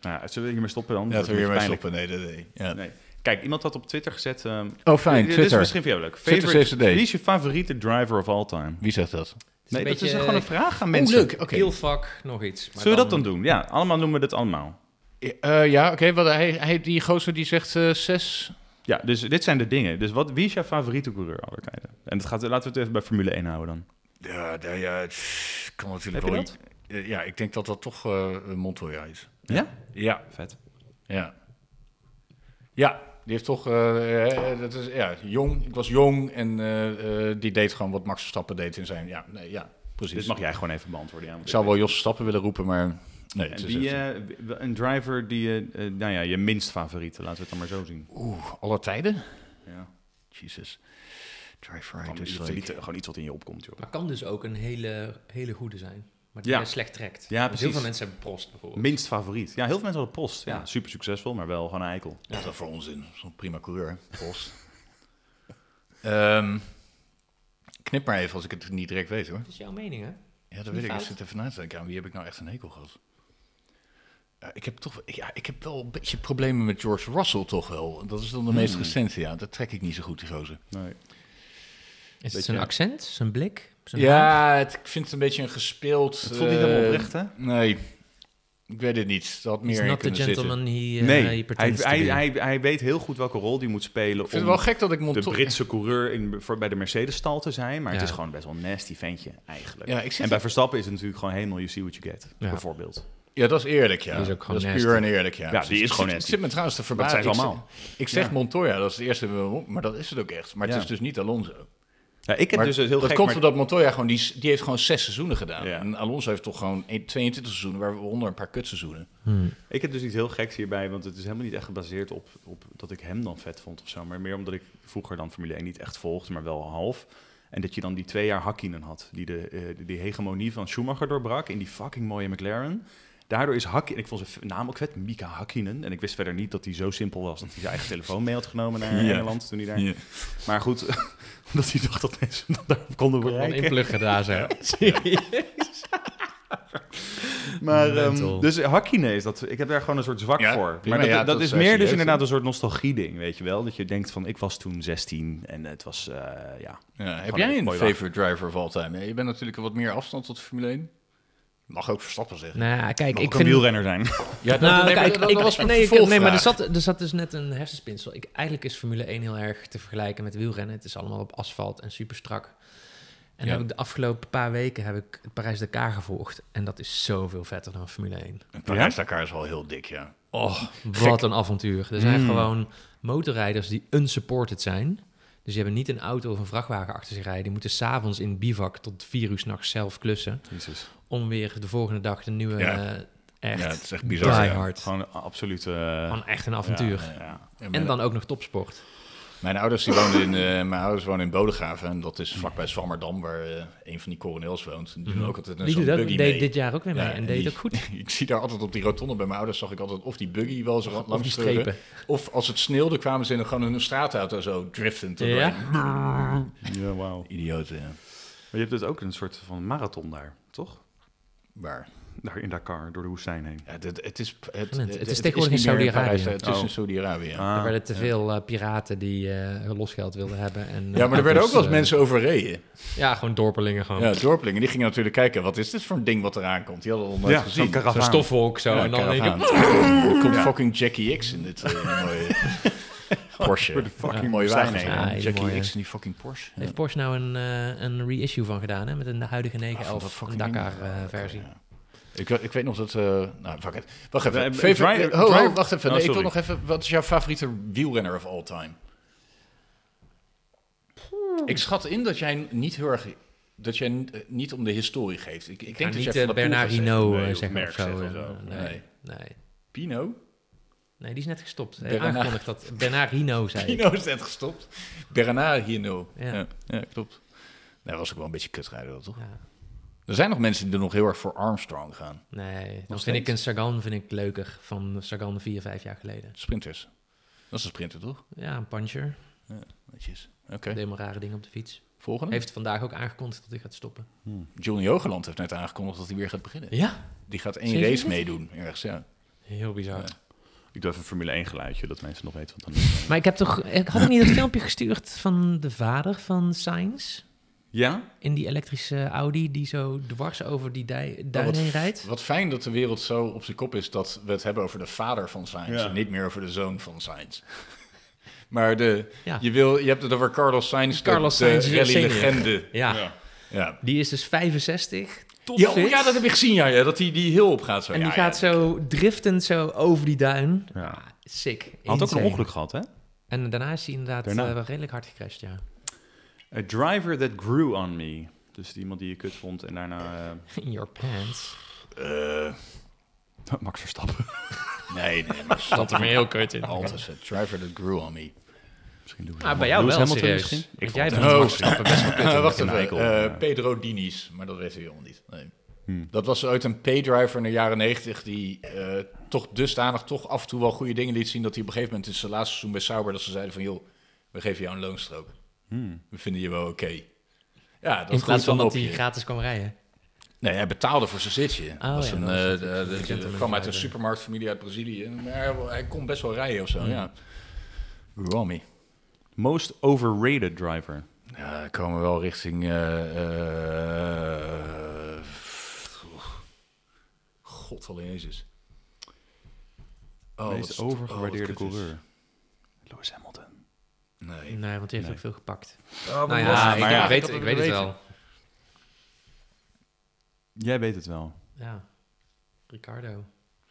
Speaker 1: Nou ja, zullen we hiermee stoppen dan?
Speaker 2: Ja,
Speaker 1: Dat
Speaker 2: dat wil je
Speaker 1: wordt
Speaker 2: maar
Speaker 1: pijnlijk.
Speaker 2: stoppen. Nee, nee, nee. Ja.
Speaker 1: Nee. Kijk, iemand had op Twitter gezet... ehm,
Speaker 2: Oh, fijn.
Speaker 1: dit is
Speaker 2: Twitter.
Speaker 1: misschien voor jou leuk.
Speaker 2: Twitter
Speaker 1: Favorite-
Speaker 2: CCD.
Speaker 1: Wie is je favoriete driver of all time?
Speaker 2: Wie zegt dat?
Speaker 3: Het
Speaker 1: Nee,
Speaker 3: een
Speaker 1: dat is
Speaker 3: beetje
Speaker 1: gewoon een vraag aan
Speaker 2: Oh,
Speaker 1: mensen.
Speaker 2: leuk. Oké.
Speaker 3: Keelvak, nog iets. Maar
Speaker 1: Zullen we dat dan doen? Ja, allemaal noemen we dit allemaal.
Speaker 2: Eh, ja, oké. wat hij, hij, die gozer die zegt eh, zes.
Speaker 1: Ja, dus dit zijn de dingen. Dus wat, wie is jouw favoriete coureur aller tijden? En dat gaat, laten we het even bij Formule 1 houden dan.
Speaker 2: Ja, daar, ja, het kan natuurlijk
Speaker 1: Heb je
Speaker 2: wel. Eh, Ja, ik denk dat dat toch eh Montoya is.
Speaker 1: Ja?
Speaker 2: Ja,
Speaker 1: Vet.
Speaker 2: ja. Ja, die heeft toch. eh, eh, dat is, ja, jong. Ik was jong en eh, eh, die deed gewoon wat Max Verstappen deed in zijn. Ja, nee, ja precies.
Speaker 1: Dit mag jij gewoon even beantwoorden. Ja, want
Speaker 2: Ik zou wel Jos Stappen willen roepen, maar. Nee, het
Speaker 1: En
Speaker 2: is
Speaker 1: wie,
Speaker 2: echt-
Speaker 1: eh, w- een driver die, eh, eh, nou ja, je eh, minst favoriete, laten we het dan maar zo zien.
Speaker 2: Oeh, alle tijden?
Speaker 1: Ja.
Speaker 2: Jesus. Dry fried
Speaker 1: Gewoon,
Speaker 2: dus
Speaker 1: je hoeft er
Speaker 2: like-
Speaker 1: niet, gewoon iets wat in je opkomt, joh.
Speaker 3: Maar kan dus ook een hele, hele goede zijn. Maar die
Speaker 1: Ja.
Speaker 3: je slecht trekt.
Speaker 1: Ja,
Speaker 3: Dus heel veel
Speaker 1: precies.
Speaker 3: mensen hebben prost bijvoorbeeld.
Speaker 1: Minst favoriet. Ja, heel veel mensen hadden post. Ja,
Speaker 3: Ja.
Speaker 1: super succesvol, maar wel gewoon een eikel.
Speaker 2: Ja, dat voor onzin. Zo'n prima coureur, post. Ehm, knip maar even als ik het niet direct weet hoor.
Speaker 3: Dat is jouw mening, hè?
Speaker 2: Ja, dat
Speaker 3: Niet
Speaker 2: weet ik. Ik
Speaker 3: fout.
Speaker 2: zit even na te denken aan wie heb ik nou echt een hekel gehad. Ja, ik heb toch ja, ik heb wel een beetje problemen met George Russell toch wel. Dat is dan de
Speaker 3: Hmm.
Speaker 2: meest recente, ja. Dat trek ik niet zo goed, die gozer.
Speaker 1: Nee.
Speaker 3: Is
Speaker 1: Beetje-
Speaker 3: het zijn accent, zijn blik, zijn haar?
Speaker 2: Ja, het- ik vind het een beetje een gespeeld...
Speaker 1: Het voelt niet helemaal
Speaker 2: eh,
Speaker 1: oprecht, hè?
Speaker 2: Nee, ik weet het niet. Dat had
Speaker 3: He's
Speaker 2: meer in
Speaker 3: not the
Speaker 2: kunnen zitten.
Speaker 3: gentleman he, eh,
Speaker 1: nee,
Speaker 3: he
Speaker 1: hij,
Speaker 3: pretends to
Speaker 1: hij,
Speaker 3: be.
Speaker 1: hij, hij weet heel goed welke rol die moet spelen
Speaker 2: Ik vind
Speaker 1: om
Speaker 2: het wel gek dat ik
Speaker 1: de
Speaker 2: Montoya...
Speaker 1: Britse coureur in, voor, bij de Mercedes-stal te zijn. Maar het
Speaker 3: Ja.
Speaker 1: is gewoon best wel een nasty ventje, eigenlijk.
Speaker 2: Ja, ik zit
Speaker 1: en bij Verstappen is het natuurlijk gewoon helemaal you see what you get,
Speaker 3: Ja.
Speaker 1: bijvoorbeeld.
Speaker 2: Ja, dat is eerlijk, ja.
Speaker 3: Die is ook gewoon
Speaker 2: dat is
Speaker 3: nasty.
Speaker 2: puur en eerlijk, ja.
Speaker 1: Ja, die is
Speaker 2: Ik
Speaker 1: gewoon
Speaker 2: zit-
Speaker 1: nasty.
Speaker 2: Ik zit me trouwens te
Speaker 1: Dat
Speaker 2: verbazen.
Speaker 1: zijn ze
Speaker 2: Ik-
Speaker 1: allemaal.
Speaker 2: Ik zeg
Speaker 1: Ja.
Speaker 2: Montoya, dat is het eerste, wat we- maar dat is het ook echt. Maar het
Speaker 1: Ja.
Speaker 2: is dus niet Alonso.
Speaker 1: Ja, ik heb
Speaker 2: Maar
Speaker 1: dus een heel
Speaker 2: dat
Speaker 1: gek...
Speaker 2: komt
Speaker 1: maar-
Speaker 2: omdat Montoya gewoon, die, die heeft gewoon zes seizoenen gedaan.
Speaker 1: Ja.
Speaker 2: En Alonso heeft toch gewoon een- 22 seizoenen, waaronder een paar kutseizoenen.
Speaker 3: Hmm.
Speaker 1: Ik heb dus iets heel geks hierbij, want het is helemaal niet echt gebaseerd op, op dat ik hem dan vet vond of zo. Maar meer omdat ik vroeger dan Formule 1 niet echt volgde, maar wel half. En dat je dan die twee jaar Hakkinen had, die de eh, die- die hegemonie van Schumacher doorbrak in die fucking mooie McLaren. Daardoor is Hakkinen, ik vond zijn naam ook vet, Mika Hakkinen. En ik wist verder niet dat hij zo simpel was dat hij zijn eigen telefoon mee had genomen naar
Speaker 2: Ja.
Speaker 1: Engeland toen hij daar... Maar goed, omdat hij dacht dat mensen hem daar konden
Speaker 3: Gewoon
Speaker 1: bereiken.
Speaker 3: inpluggen daar zo.
Speaker 1: Maar, ehm,
Speaker 3: Mental.
Speaker 1: dus Hakkinen is dat. Ik heb daar gewoon een soort zwak
Speaker 2: Ja,
Speaker 1: voor.
Speaker 2: prima.
Speaker 1: Maar dat,
Speaker 2: Ja,
Speaker 1: dat,
Speaker 2: dat
Speaker 1: is
Speaker 2: is
Speaker 1: meer dus
Speaker 2: serieus,
Speaker 1: inderdaad een soort nostalgie-ding, weet je wel? Dat je denkt van, ik was toen 16 en het was, eh, ja.
Speaker 2: Ja, heb
Speaker 1: Gewoon
Speaker 2: jij
Speaker 1: even
Speaker 2: een
Speaker 1: mooi
Speaker 2: favorite driver of all time? Ja, je bent natuurlijk een wat meer afstand tot de Formule 1. Mag ook Verstappen zeggen.
Speaker 3: Nou, kijk,
Speaker 1: Mag
Speaker 3: ik
Speaker 1: ook
Speaker 3: vind...
Speaker 1: een wielrenner zijn.
Speaker 2: Ja, dat,
Speaker 3: Nou,
Speaker 2: nee, maar
Speaker 3: kijk,
Speaker 2: dat- dat
Speaker 3: ik-
Speaker 2: was mijn
Speaker 3: nee, ik- nee, maar er
Speaker 2: vervolgvraag.
Speaker 3: zat, er zat dus net een hersenspinsel. Ik, eigenlijk is Formule 1 heel erg te vergelijken met wielrennen. Het is allemaal op asfalt en super strak. En
Speaker 2: Ja.
Speaker 3: heb ik de afgelopen paar weken heb ik het Parijs-Dakar gevolgd. En dat is zoveel vetter dan Formule 1.
Speaker 2: Een Parijs-Dakar is wel heel dik, ja.
Speaker 3: Oh, wat een avontuur. Er zijn
Speaker 2: Hmm.
Speaker 3: gewoon motorrijders die unsupported zijn. Dus die hebben niet een auto of een vrachtwagen achter zich rijden. Die moeten s'avonds in bivak tot vier uur s'nachts zelf klussen.
Speaker 1: Jezus.
Speaker 3: Om weer de volgende dag de nieuwe...
Speaker 2: Ja.
Speaker 3: eh, echt,
Speaker 2: Ja, het is echt bizar, ja. eh,
Speaker 3: Die hard.
Speaker 1: Gewoon een absolute... eh,
Speaker 3: Gewoon echt een avontuur.
Speaker 1: Ja, ja.
Speaker 3: En dan ook nog topsport.
Speaker 2: Mijn ouders, die woonden in, eh, mijn ouders wonen in Bodegraven en dat is vlakbij Zwammerdam, waar eh, een van die coronails woont. En die doen ook altijd een
Speaker 3: Die
Speaker 2: zo'n
Speaker 3: Mhm. doet ook,
Speaker 2: buggy
Speaker 3: deed
Speaker 2: mee.
Speaker 3: dit jaar ook weer mee
Speaker 2: Ja,
Speaker 3: en deed
Speaker 2: die-
Speaker 3: het ook goed.
Speaker 2: Ik zie daar altijd op die rotonde bij mijn ouders, zag ik altijd of die buggy wel zo
Speaker 3: Of die
Speaker 2: langs
Speaker 3: strepen.
Speaker 2: Of als het sneeuwde kwamen ze in gewoon in een straatauto zo driftend.
Speaker 3: Ja?
Speaker 1: Ja, wauw.
Speaker 2: Idioten, ja.
Speaker 1: Maar je hebt dus ook een soort van marathon daar, toch?
Speaker 2: Maar
Speaker 1: Daar in Dakar, door de woestijn heen.
Speaker 2: ja, dit- het is... Het,
Speaker 3: Gillend. Het is
Speaker 2: niet
Speaker 3: tegenwoordig
Speaker 2: meer
Speaker 3: in Saudi-Arabië.
Speaker 2: Parijs, hè. Het is
Speaker 1: Oh.
Speaker 2: in Saudi-Arabië, ja.
Speaker 3: Er
Speaker 1: Ah,
Speaker 3: werden te veel eh, piraten die eh losgeld wilden hebben. En, eh,
Speaker 2: Ja, maar er werden ook
Speaker 3: auto's,
Speaker 2: wel eens
Speaker 3: eh,
Speaker 2: mensen overreden.
Speaker 3: Ja, gewoon dorpelingen gewoon.
Speaker 2: Ja, dorpelingen. Die gingen natuurlijk kijken, wat is dit voor een ding wat eraan komt? Die hadden we nog nooit
Speaker 1: ja,
Speaker 2: gezien.
Speaker 1: zo'n
Speaker 3: Zo'n
Speaker 1: karavaan.
Speaker 3: stofwolk zo.
Speaker 2: Ja,
Speaker 3: en dan in één keer-
Speaker 2: karavaan. Er komt fucking Jackie X in dit eh, mooie Porsche.
Speaker 1: Door de fucking
Speaker 2: Ja, mooie
Speaker 1: woestijn
Speaker 2: wagen.
Speaker 1: heen.
Speaker 2: Ja,
Speaker 3: Ja, Ah, hele
Speaker 2: Jackie
Speaker 3: mooie.
Speaker 2: X in die fucking Porsche.
Speaker 3: Heeft Porsche nou een, eh, een reissue van gedaan, hè? Met een huidige
Speaker 2: Ah,
Speaker 3: 911 een Dakar-versie.
Speaker 2: Ik, ik weet nog dat... eh nou, fuck it. Wacht
Speaker 1: We
Speaker 2: even.
Speaker 1: hebben-
Speaker 2: Favorite- eh,
Speaker 1: driver-
Speaker 2: ho, ho,
Speaker 1: driver-
Speaker 2: wacht even.
Speaker 1: Oh,
Speaker 2: Nee, ik wil
Speaker 1: sorry.
Speaker 2: nog even... Wat is jouw favoriete wielrenner of all time? Ik schat in dat jij niet heel erg... Dat jij n- eh, niet om de historie geeft. Ik, ik denk dat jij
Speaker 3: niet eh,
Speaker 2: van de Poel
Speaker 3: Bernard
Speaker 2: gaat
Speaker 3: Hinault,
Speaker 1: Nee,
Speaker 3: eh,
Speaker 1: of
Speaker 3: zeg maar, of
Speaker 1: Merckx
Speaker 3: zo.
Speaker 1: zegt of
Speaker 3: eh,
Speaker 1: zo.
Speaker 3: nee,
Speaker 2: Nee.
Speaker 3: nee.
Speaker 2: zeggen. Pino?
Speaker 3: Nee, die is net gestopt. Hij heeft
Speaker 2: Bernard-
Speaker 3: aangekondigd dat Bernard Hinault zei. ik.
Speaker 2: Hino is net gestopt. Bernard Hino.
Speaker 3: Ja.
Speaker 2: Ja. ja, klopt. Dat was ook wel een beetje kutrijden, dat toch?
Speaker 3: Ja.
Speaker 2: Er zijn nog mensen die er nog heel erg voor Armstrong gaan.
Speaker 3: Nee, dan
Speaker 2: Nog
Speaker 3: vind ik een
Speaker 2: steeds.
Speaker 3: Sagan vind ik leuker van Sagan vier, vijf jaar geleden.
Speaker 2: Sprinters. Dat is een sprinter, toch?
Speaker 3: Ja, een puncher.
Speaker 2: Netjes. Oké,
Speaker 3: Deed maar rare dingen op de fiets.
Speaker 2: volgende.
Speaker 3: Heeft vandaag ook aangekondigd dat hij gaat stoppen.
Speaker 2: Johnny Hogeland heeft net aangekondigd dat hij weer gaat beginnen.
Speaker 3: Ja?
Speaker 2: Die gaat één
Speaker 3: Zeker
Speaker 2: race
Speaker 3: dit?
Speaker 2: meedoen, ergens, ja.
Speaker 3: Heel bizar.
Speaker 1: Ik doe even een Formule 1 geluidje, dat mensen nog weten wat dan
Speaker 3: Maar ik heb toch... Ik had ik niet dat filmpje gestuurd van de vader van Sainz?
Speaker 1: Ja?
Speaker 3: In die elektrische Audi die zo dwars over die dui,
Speaker 2: Maar
Speaker 3: duin heen rijdt?
Speaker 2: Oh, Nou, Wat fijn dat de wereld zo op zijn kop is dat we het hebben over de vader van Sainz.
Speaker 1: Ja.
Speaker 2: En niet meer over de zoon van Sainz. maar de,
Speaker 3: Ja.
Speaker 2: je, wil, je hebt het over Carlos Sainz,
Speaker 3: Carlos
Speaker 2: de,
Speaker 3: Sainz
Speaker 2: de
Speaker 3: senior.
Speaker 2: rally-legende.
Speaker 3: Ja.
Speaker 2: Ja.
Speaker 3: Die is dus 65. Top
Speaker 2: Ja, oh
Speaker 3: fit.
Speaker 2: ja, dat heb ik gezien, ja, ja dat hij die hill op gaat. Zo.
Speaker 3: En die
Speaker 2: Ja,
Speaker 3: gaat
Speaker 2: ja.
Speaker 3: zo driftend zo over die duin.
Speaker 1: Ja.
Speaker 3: Ah, sick.
Speaker 1: Had ook een
Speaker 3: Insane.
Speaker 1: ongeluk gehad, hè?
Speaker 3: En daarna is hij inderdaad
Speaker 1: Daarna.
Speaker 3: eh, wel redelijk hard gecrashed, ja.
Speaker 1: A driver that grew on me. Dus iemand die je kut vond en daarna...
Speaker 3: In your pants.
Speaker 2: Eh,
Speaker 1: eh, Max Verstappen.
Speaker 2: nee, nee, maar eh,
Speaker 3: Dat er me heel kut in.
Speaker 2: altijd het driver that grew on me.
Speaker 1: Misschien doen we
Speaker 3: Ah, bij jou wel, serieus. Want
Speaker 1: Ik jij
Speaker 3: jij bent-
Speaker 1: bent...
Speaker 3: Max Verstappen best wel pittig.
Speaker 2: Eh, Oh, wacht
Speaker 1: Een
Speaker 2: even.
Speaker 1: eikel,
Speaker 2: eh,
Speaker 1: ja.
Speaker 2: Pedro Diniz, maar dat weten we helemaal niet. Nee.
Speaker 1: Hmm.
Speaker 2: Dat was ooit een paydriver in de jaren 90 die eh, toch dusdanig toch af en toe wel goede dingen liet zien dat hij op een gegeven moment in zijn laatste seizoen bij Sauber dat ze zeiden van joh, we geven jou een loonstrook. We vinden je wel oké. Ja, dat
Speaker 3: In
Speaker 2: groeit
Speaker 3: plaats van
Speaker 2: dan op
Speaker 3: dat hij
Speaker 2: je.
Speaker 3: gratis kwam rijden.
Speaker 2: Nee, hij betaalde voor zijn zitje.
Speaker 3: Oh,
Speaker 2: was
Speaker 3: ja,
Speaker 2: een,
Speaker 3: dat
Speaker 2: eh,
Speaker 3: was natuurlijk
Speaker 2: eh,
Speaker 3: een
Speaker 2: dat-
Speaker 3: gentleman
Speaker 2: dat kwam uit een
Speaker 3: rider.
Speaker 2: supermarktfamilie uit Brazilië. Maar hij, hij kon best wel rijden of zo,
Speaker 3: Hmm.
Speaker 2: ja. Romy.
Speaker 1: Most overrated driver.
Speaker 2: Ja, dan komen we wel richting... eh, eh, God alle Jezus. Oh, wat
Speaker 1: meest
Speaker 2: st- oh, wat
Speaker 1: overgewaardeerde
Speaker 2: kut is.
Speaker 1: coureur. Lewis Hamilton.
Speaker 2: Nee.
Speaker 3: Nee, want die heeft
Speaker 1: Nee.
Speaker 3: ook veel gepakt.
Speaker 2: Oh, wat
Speaker 3: nou
Speaker 2: was
Speaker 3: ja,
Speaker 2: het?
Speaker 3: ik,
Speaker 1: maar ja.
Speaker 3: weet,
Speaker 2: dat
Speaker 3: ik weet het wel.
Speaker 1: Jij weet het wel.
Speaker 3: Ja. Ricardo.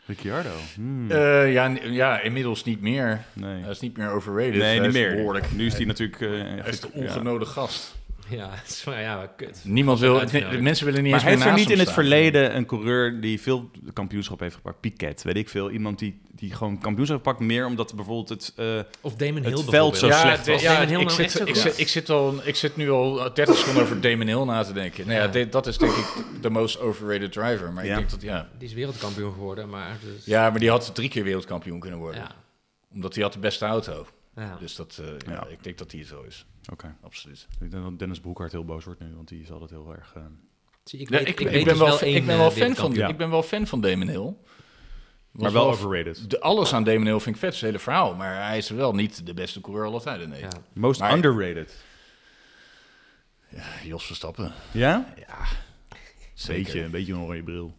Speaker 1: Ricciardo. Hmm,
Speaker 2: Eh, ja, n- ja, inmiddels niet meer.
Speaker 1: nee.
Speaker 2: Hij is niet meer overrated.
Speaker 1: nee,
Speaker 2: Hij
Speaker 1: niet
Speaker 2: is
Speaker 1: meer.
Speaker 2: Behoorlijk.
Speaker 1: Nu is hij natuurlijk... eh,
Speaker 2: Hij is de
Speaker 1: goed, ja.
Speaker 2: ongenode gast.
Speaker 3: Ja, het is- ja, maar kut.
Speaker 2: Niemand wil...
Speaker 3: Uitgenodigd.
Speaker 2: de mensen willen niet
Speaker 1: Maar
Speaker 2: eens meer
Speaker 1: heeft er
Speaker 2: naast
Speaker 1: niet in
Speaker 2: hem
Speaker 1: het
Speaker 2: staan.
Speaker 1: verleden een coureur die veel kampioenschap heeft gepakt? Piquet, weet ik veel. Iemand die, die gewoon kampioenschap pakt, meer omdat bijvoorbeeld het... eh,
Speaker 3: Of Damon
Speaker 1: Het
Speaker 3: Hill
Speaker 1: veld
Speaker 3: bijvoorbeeld.
Speaker 1: zo Ja, slecht
Speaker 3: was. Damon Hill
Speaker 2: ik,
Speaker 3: nou
Speaker 2: zit,
Speaker 3: echt zo
Speaker 2: ik,
Speaker 3: goed?
Speaker 2: zit, ik, zit al, ik zit nu al 30 seconden over Damon Hill na te denken. Nou ja,
Speaker 3: Ja.
Speaker 2: dit- dat is denk ik de most overrated driver. Maar
Speaker 1: Ja.
Speaker 2: ik denk dat, ja.
Speaker 3: Die is wereldkampioen geworden, maar... Dus,
Speaker 2: Ja, maar die had drie keer wereldkampioen kunnen worden.
Speaker 3: Ja.
Speaker 2: Omdat hij had de beste auto.
Speaker 3: Ja.
Speaker 2: Dus dat, eh, ja,
Speaker 1: Ja.
Speaker 2: ik denk dat hij het zo is.
Speaker 1: Oké.
Speaker 2: Absoluut.
Speaker 1: Ik denk dat Dennis Broekhart heel boos wordt nu, want die is altijd heel erg... eh,
Speaker 3: Zie, ik,
Speaker 2: Ja,
Speaker 3: weet-
Speaker 2: Ik
Speaker 3: ik,
Speaker 2: ik
Speaker 3: weet
Speaker 2: ben
Speaker 3: dus
Speaker 2: wel-
Speaker 3: één,
Speaker 2: ik ben
Speaker 3: eh,
Speaker 2: wel fan van
Speaker 3: wereldkampioen.
Speaker 1: Ja.
Speaker 2: ik ben wel fan van Damon Hill.
Speaker 1: maar
Speaker 2: Was
Speaker 1: wel overrated.
Speaker 2: De, alles aan Damon Hill vind ik vet, het hele verhaal. Maar hij is wel niet de beste coureur aller tijden, nee.
Speaker 3: Ja.
Speaker 1: Most
Speaker 2: Maar-
Speaker 1: underrated. Eh,
Speaker 2: Jos Verstappen.
Speaker 1: Ja?
Speaker 2: Zeker.
Speaker 1: Beetje, een beetje een rode bril.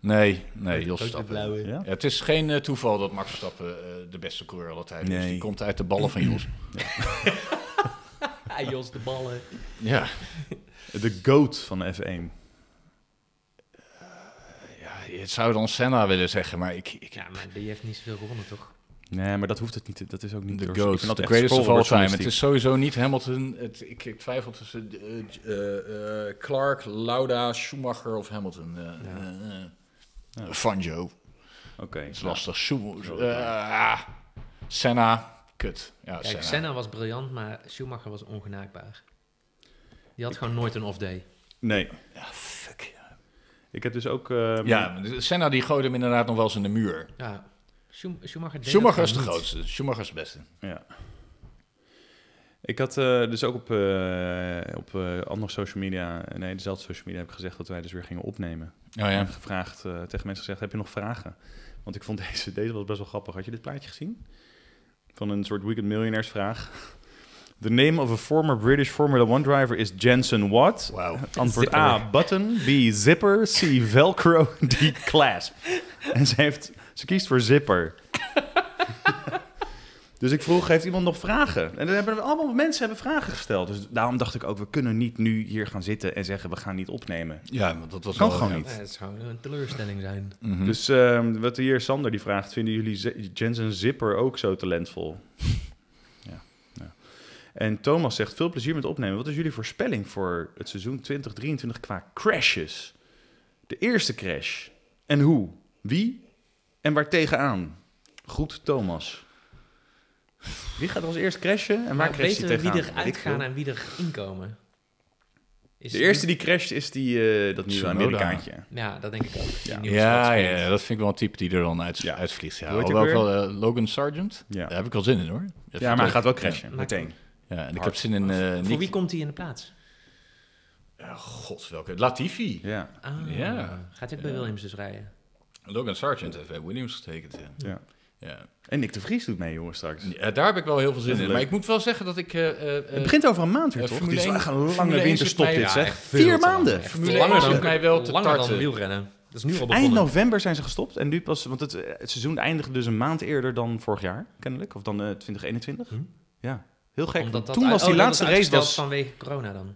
Speaker 2: Nee, nee,
Speaker 3: Ook
Speaker 2: Jos
Speaker 3: de
Speaker 2: Verstappen.
Speaker 3: blauwe.
Speaker 1: Ja?
Speaker 2: Ja, het is geen eh, toeval dat Max Verstappen eh, de beste coureur aller tijden is.
Speaker 1: Nee.
Speaker 2: Die komt uit de ballen van Jos.
Speaker 3: Ah, Jos de ballen.
Speaker 2: Ja.
Speaker 1: De GOAT van de F1.
Speaker 2: ja, het zou dan Senna willen zeggen, maar ik... ik
Speaker 3: Ja, maar die heeft niet zoveel gewonnen, toch?
Speaker 1: Nee, maar dat hoeft het niet. Dat is ook niet...
Speaker 2: de
Speaker 1: door-
Speaker 2: GOAT,
Speaker 1: ik vind dat
Speaker 2: the
Speaker 1: echt
Speaker 2: greatest of all time.
Speaker 1: schoolbordjournalistiek.
Speaker 2: Het is sowieso niet Hamilton. Het, ik, ik twijfel tussen eh, eh, eh, Clark, Lauda, Schumacher of Hamilton. eh
Speaker 3: Ja.
Speaker 2: eh, eh.
Speaker 1: Ja.
Speaker 2: Fangio.
Speaker 1: Oké.
Speaker 2: Het is
Speaker 1: nou.
Speaker 2: lastig. Schumacher.
Speaker 1: Zo.
Speaker 2: eh, Senna. Kut. Ja,
Speaker 3: Kijk, Senna.
Speaker 2: Senna.
Speaker 3: was briljant, maar Schumacher was ongenaakbaar. Die had gewoon nooit een off-day.
Speaker 1: Nee.
Speaker 2: Ja, fuck.
Speaker 1: Ik heb dus ook... eh,
Speaker 2: Ja, Senna die gooide hem inderdaad nog wel eens in de muur.
Speaker 3: Ja. Schum- Schumacher, deed
Speaker 2: Schumacher
Speaker 3: dat
Speaker 2: is de
Speaker 3: gewoon niet.
Speaker 2: grootste. Schumacher is de beste.
Speaker 1: Ja. Ik had eh, dus ook op, eh, op eh, andere social media, nee, dezelfde social media, heb ik gezegd dat wij dus weer gingen opnemen.
Speaker 2: Oh
Speaker 1: Ik
Speaker 2: ja.
Speaker 1: heb gevraagd, eh, tegen mensen gezegd, heb je nog vragen? Want ik vond deze, deze was best wel grappig. Had je dit plaatje gezien? Van een soort Weekend Millionaires vraag. The name of a former British Formula One driver is Jensen Watt.
Speaker 2: Wauw.
Speaker 1: Antwoord
Speaker 3: Zipper.
Speaker 1: A, button. B, zipper. C, velcro. D, clasp. En ze, heeft, ze kiest voor zipper. dus ik vroeg, heeft iemand nog vragen? En dan hebben allemaal mensen hebben vragen gesteld. Dus daarom dacht ik ook, we kunnen niet nu hier gaan zitten en zeggen, we gaan niet opnemen.
Speaker 2: Ja, want dat was
Speaker 1: Kan
Speaker 2: wel-
Speaker 1: gewoon
Speaker 2: ja.
Speaker 1: niet.
Speaker 3: Ja, het zou een teleurstelling zijn.
Speaker 2: Mhm.
Speaker 1: Dus ehm, wat hier Sander die vraagt, vinden jullie Z- Jensen Zipper ook zo talentvol? ja, ja. En Thomas zegt, veel plezier met opnemen. Wat is jullie voorspelling voor het seizoen 2023 qua crashes? De eerste crash. En hoe? Wie? En waar tegenaan? Goed, Thomas. Wie gaat er als eerst crashen en waar
Speaker 3: Maar
Speaker 1: crasht hij
Speaker 3: Nou, weten we
Speaker 1: tegenaan?
Speaker 3: wie
Speaker 1: Weet ik
Speaker 3: eruit gaan
Speaker 1: veel.
Speaker 3: en wie er inkomen? Is
Speaker 1: De eerste die crasht is die, eh, dat nieuwe
Speaker 2: Tsunoda.
Speaker 1: Amerikaantje.
Speaker 3: Ja, dat denk ik ook. Die
Speaker 1: Ja.
Speaker 3: nieuwe
Speaker 2: Ja,
Speaker 3: Zwarte
Speaker 2: ja, dat vind ik wel een type die er dan uit,
Speaker 1: Ja.
Speaker 2: uitvliegt. Ja.
Speaker 1: Hoe heet
Speaker 2: Alhoewel
Speaker 1: die
Speaker 2: ik wel, eh, Logan Sargent,
Speaker 1: Ja.
Speaker 2: daar heb ik wel zin in hoor. Dat
Speaker 1: Ja,
Speaker 2: vind
Speaker 1: maar hij
Speaker 2: ik-
Speaker 1: gaat wel crashen,
Speaker 3: Ja.
Speaker 1: meteen.
Speaker 2: Ja, en ik
Speaker 1: Hard.
Speaker 2: heb zin in eh
Speaker 3: Voor wie
Speaker 2: Nick...
Speaker 3: komt hij in de plaats?
Speaker 2: Ja, God, welke? Latifi.
Speaker 1: Ja.
Speaker 3: Ah,
Speaker 2: Ja.
Speaker 3: Gaat hij ook bij Williams dus rijden?
Speaker 2: Logan Sargent heeft bij Williams getekend. Ja.
Speaker 1: Ja.
Speaker 2: Ja.
Speaker 1: En Nick de Vries doet mee, jongen, straks.
Speaker 2: Ja, daar heb ik wel heel veel zin
Speaker 1: Dat is
Speaker 2: in.
Speaker 1: leuk.
Speaker 2: Maar ik moet wel zeggen dat ik... eh, eh, eh,
Speaker 1: Het begint over een maand weer,
Speaker 2: eh,
Speaker 1: toch?
Speaker 2: Formule
Speaker 1: Die is wel
Speaker 2: 1
Speaker 1: echt een
Speaker 2: Formule
Speaker 1: lange
Speaker 2: 1
Speaker 1: winterstop,
Speaker 2: zit mij-
Speaker 1: dit,
Speaker 2: ja,
Speaker 1: zeg.
Speaker 3: echt veel
Speaker 1: Vier
Speaker 3: te lang.
Speaker 1: maanden!
Speaker 3: Echt
Speaker 2: Formule
Speaker 3: langer
Speaker 2: 1
Speaker 3: dan,
Speaker 2: zit mij wel te
Speaker 3: langer dan
Speaker 2: tarten.
Speaker 3: wielrennen. Dat is nu al
Speaker 1: Eind
Speaker 3: begonnen.
Speaker 1: november zijn ze gestopt en nu pas, want het, eh, het seizoen eindigde dus een maand eerder dan vorig jaar, kennelijk, of dan eh, 2021.
Speaker 3: Hm?
Speaker 1: Ja, heel gek.
Speaker 3: Omdat dat
Speaker 1: Toen
Speaker 3: uit-
Speaker 1: was die
Speaker 3: oh, dat
Speaker 1: laatste
Speaker 3: is
Speaker 1: race
Speaker 3: uitgesteld
Speaker 1: was.
Speaker 3: vanwege corona dan.